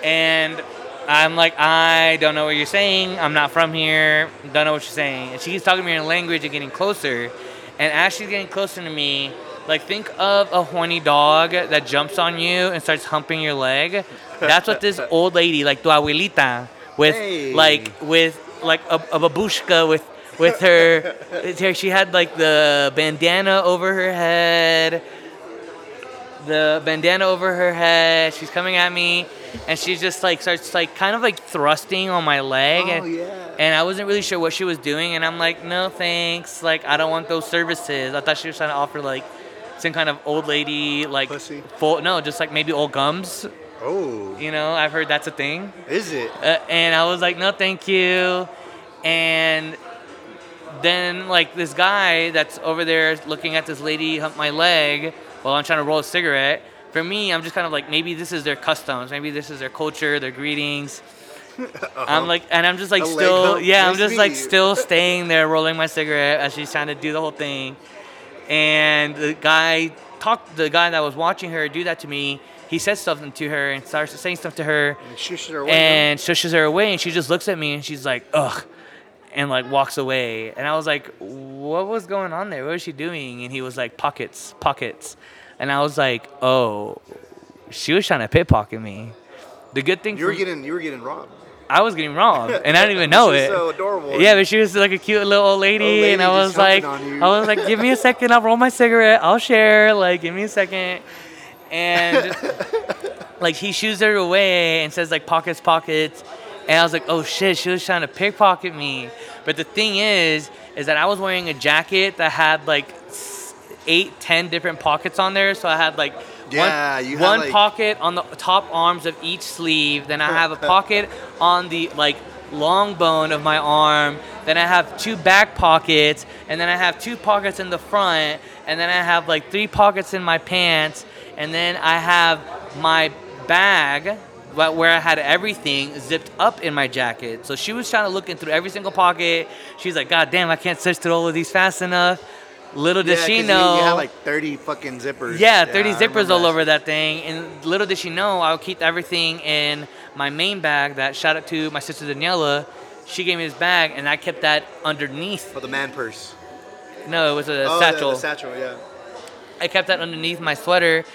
And I'm like, I don't know what you're saying. I'm not from here. Don't know what you're saying. And she keeps talking to me in language and getting closer. And as she's getting closer to me, like think of a horny dog that jumps on you and starts humping your leg. That's what this old lady, like tu abuelita, with
Hey.
like with like a, a babushka with with her, with her. She had like the bandana over her head the bandana over her head. She's coming at me, and she just like starts like kind of like thrusting on my leg.
Oh,
and,
yeah.
and I wasn't really sure what she was doing, and I'm like, no thanks. Like I don't want those services. I thought she was trying to offer like some kind of old lady like
Pussy.
full no, just like maybe old gums.
Oh,
You know, I've heard that's a thing.
is it?
Uh, and I was like, no, thank you. And then like this guy that's over there looking at this lady hump my leg while I'm trying to roll a cigarette. For me, I'm just kind of like maybe this is their customs, maybe this is their culture, their greetings. I'm like, and I'm just like
Uh-huh. A leg
still,
hump?
yeah, I'm
Nice
just
meeting
like
you.
still staying there, rolling my cigarette as she's trying to do the whole thing. and the guy talked. The guy that was watching her do that to me, he said something to her and starts saying stuff to her,
And she should have
and shushes her away, and she just looks at me and she's like, ugh, and like walks away. And I was like, what was going on there? What was she doing? And he was like, pockets, pockets. And I was like, oh, she was trying to pickpocket me. The good thing
you were
for-
getting you were getting robbed.
I was getting robbed, and I didn't even know
She's
it.
so adorable.
Yeah, but she was like a cute little old lady,
Old lady
and I
just
was like,
humping on you.
I was like, give me a second, I'll roll my cigarette, I'll share. Like, give me a second, and like he shoos her away and says like pockets, pockets, and I was like, oh shit, she was trying to pickpocket me. But the thing is, is that I was wearing a jacket that had like s- eight, ten different pockets on there, so I had like.
Yeah,
one,
you had,
one
like-
pocket on the top arms of each sleeve. Then I have a pocket on the like long bone of my arm. Then I have two back pockets, and then I have two pockets in the front, and then I have like three pockets in my pants, and then I have my bag wh- where I had everything zipped up in my jacket. So she was trying to look in through every single pocket. She's like, "God damn, I can't search through all of these fast enough." Little
Yeah,
did
'cause
she
you-
know
You had like 30 fucking zippers.
yeah, 30
I
zippers
remember
all
that.
over that thing. And little did she know, I'll keep everything in my main bag that shout out to my sister Daniela. She gave me this bag and I kept that underneath.
Oh, the man purse.
No, it was
oh,
a
the-
satchel.
The, satchel, yeah.
I kept that underneath my sweater.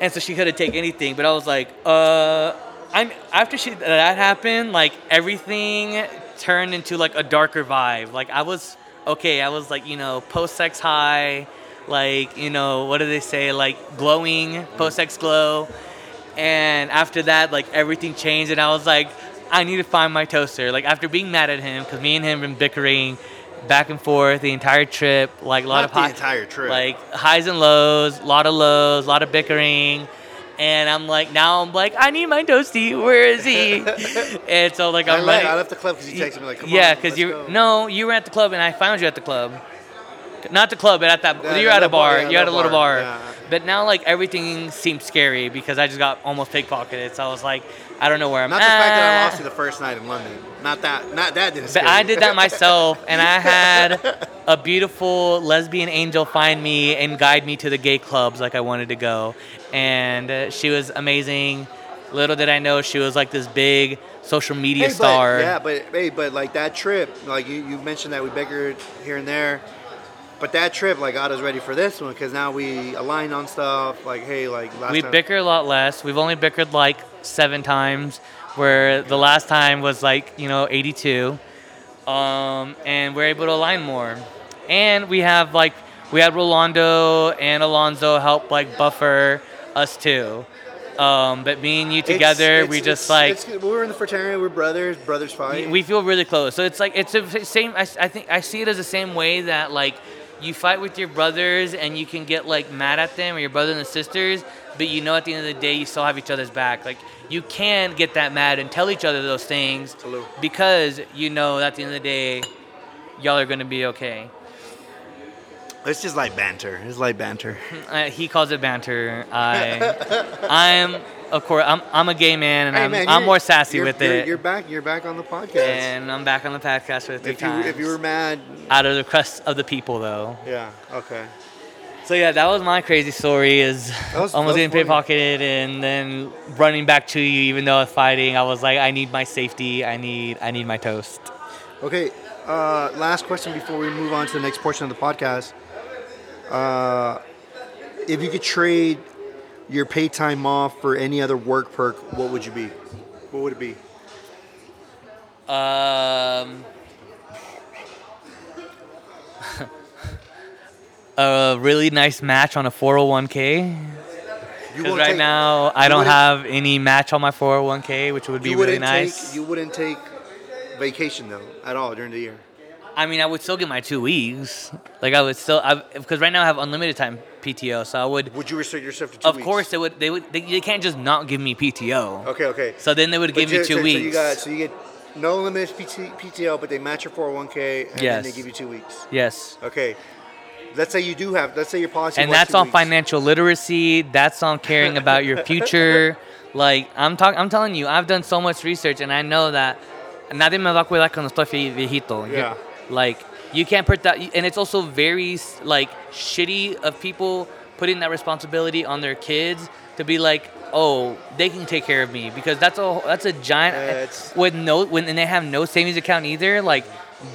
And so she couldn't take anything. But I was like, uh, I after she, that happened, like everything turned into like a darker vibe. Like I was, okay, I was like, you know, post sex high, like, you know, what do they say? Like glowing, post sex glow. And after that, like everything changed, and I was like, I need to find my toaster. Like after being mad at him, because me and him been bickering back and forth the entire trip, like a lot
Not
of
the
hot-
entire trip.
like highs and lows, a lot of lows, a lot of bickering. And I'm like, now I'm like, I need my toasty. Where is he? and so like
I,
I'm
le-
like,
I left the club because you texted me like, come
yeah,
on, let's
you
go.
no, you were at the club, and I found you at the club. Not the club, but at that
Yeah,
you were at a
little bar,
bar.
yeah,
you had a little bar.
yeah.
But now like everything seems scary because I just got almost pickpocketed. So I was like, I don't know where I'm
Not
at.
the fact that I lost you the first night in London. Not that. Not that didn't.
Uh, But
scare
I
me.
did that myself, and I had a beautiful lesbian angel find me and guide me to the gay clubs like I wanted to go. And uh, she was amazing. Little did I know she was like this big social media
Hey, but-
star.
yeah, but hey, but like that trip, like you, you mentioned that we bickered here and there, but that trip, like God is ready for this one because now we align on stuff. Like hey, like last
we
time,
bicker a lot less. We've only bickered like seven times, where the last time was like you know 82, um, and we're able to align more. And we have like we had Rolando and Alonzo help like buffer us too. Um, but me and you
It's-
together,
it's-
we just
it's-
like
it's- we were in the fraternity. We're brothers. Brothers fight.
we feel really close. So it's like it's the same. I, I think I see it as the same way that like you fight with your brothers and you can get like mad at them or your brothers and sisters, but you know at the end of the day you still have each other's back. Like you can get that mad and tell each other those things
Salute.
because you know at the end of the day y'all are gonna be okay.
it's just like banter. It's like banter.
Uh, he calls it banter. I I'm of course I'm I'm a gay man and
Hey,
I'm
man,
I'm
you're-
more sassy
you're-
with
you're,
it.
You're back. You're back on the podcast.
and I'm back on the podcast for three
if you
times.
if you were mad,
out of the crust of the people though.
yeah, okay.
So yeah, that was my crazy story. Is
was-
almost
that was
getting pickpocketed and then running back to you, even though I was fighting. I was like, I need my safety. I need, I need my toast.
Okay, uh, last question before we move on to the next portion of the podcast. Uh, if you could trade your paid time off for any other work perk, what would you be? What would it be?
Um, a really nice match on a 401k.
You
Because
won't
right
take-
now I
you
don't
wouldn't-
have any match on my 401k, which would be
you
really
wouldn't
nice.
Take, you wouldn't take vacation though at all during the year.
I mean, I would still get my two weeks. Like I would still, because right now I have unlimited time PTO, so I would.
Would you restrict yourself to two
Of
weeks?
course, they would. They would. They, they can't just not give me PTO.
Okay, okay.
So then they would give
But
me
you-
two
so,
weeks.
So you got so you get no limits PT, PTO, but they match your 401k and then
Yes.
they give you two weeks.
yes.
Okay. Let's say you do have. Let's say your policy.
And
was
that's
two
on
weeks.
financial literacy. That's on caring about your future. like I'm talking. I'm telling you, I've done so much research, and I know that nadie me va a cuidar cuando estoy vie- viejito. You-
Yeah.
Like You can't put that, and it's also very like shitty of people putting that responsibility on their kids to be like, oh, they can take care of me because that's a that's a giant
That's-
with no when and they have no savings account either. Like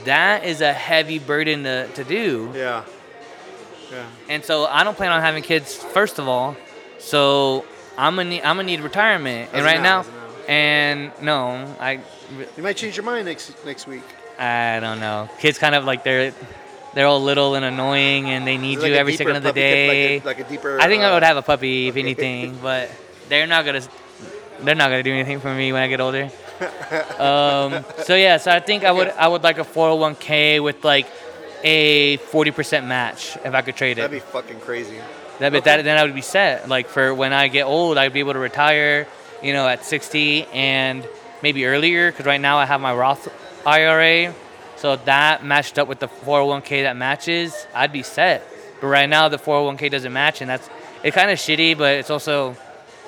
that is a heavy burden to, to do.
Yeah. Yeah.
And so I don't plan on having kids first of all. So I'm gonna need, I'm gonna need retirement.
As
And
of now,
right now,
as of now.
and no, I
You might change your mind next next week.
I don't know. Kids kind of like they're they're all little and annoying and they need
Is it
you
like a
every
deeper
second of the
puppy kid-
day.
Like a, like a deeper.
I think I
uh,
would have a puppy if
okay.
anything, but they're not gonna they're not gonna do anything for me when I get older. um, so yeah, so I think I would I would like a 401k with like a 40% match if I could trade
That'd
it.
be fucking crazy.
That, but that then I would be set. Like for when I get old, I'd be able to retire, you know, at 60 and maybe earlier because right now I have my Roth IRA. So that matched up with the 401k that matches, I'd be set. But right now the 401k doesn't match, and that's it's kind of shitty. But it's also,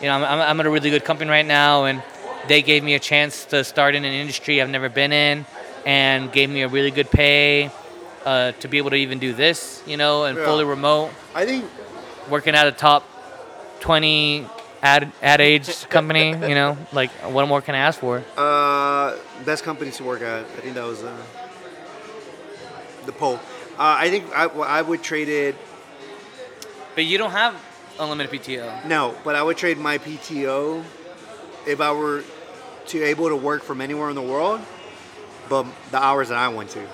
you know, I'm, I'm, I'm at a really good company right now, and they gave me a chance to start in an industry I've never been in, and gave me a really good pay uh, to be able to even do this, you know, and
Yeah.
fully remote
I think
working at a top 20 ad ad age company, you know, like what more can I ask for?
Uh, best companies to work at. I think that was uh, the poll. Uh, I think I, well, I would trade it.
But you don't have unlimited PTO.
No, but I would trade my PTO if I were to able to work from anywhere in the world, but the hours that I want to.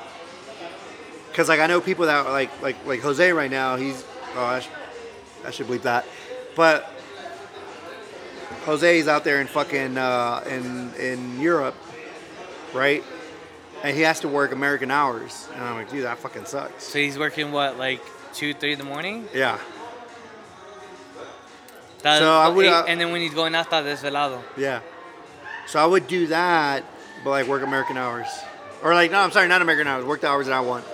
Cause like I know people that are like like like Jose right now. He's oh I, sh- I should believe that, but Jose's out there in fucking uh, in in Europe, right? And he has to work American hours, and I'm like, dude, that fucking sucks.
So he's working what, like two, three in the morning?
Yeah,
That's-
So I would- uh,
eh,
I-
and then when he's going out, está desvelado.
Yeah. So I would do that, but like work American hours, or like no, I'm sorry, not American hours. Work the hours that I want,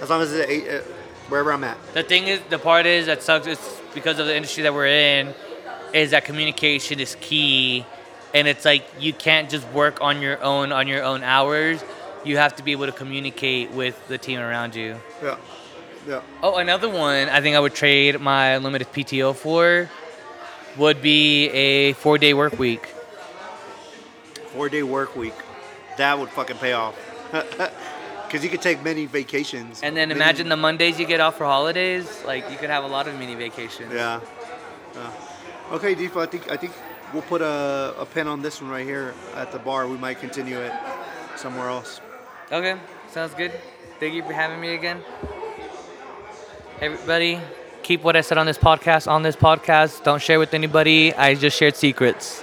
as long as it's eight, uh, wherever I'm at.
The thing is, the part is that sucks. It's because of the industry that we're in, is that communication is key, and it's like you can't just work on your own on your own hours. You have to be able to communicate with the team around you.
Yeah. Yeah.
Oh, another one I think I would trade my limited PTO for would be a four day work week.
Four day work week. That would fucking pay off. Because you could take many vacations.
And then
Many-
imagine the Mondays you get off for holidays. Like, you could have a lot of mini vacations.
Yeah. Yeah. Okay, Deepa, I think I think we'll put a, a pin on this one right here at the bar. We might continue it somewhere else.
Okay, sounds good. Thank you for having me again. Everybody, keep what I said on this podcast on this podcast. Don't share with anybody. I just shared secrets.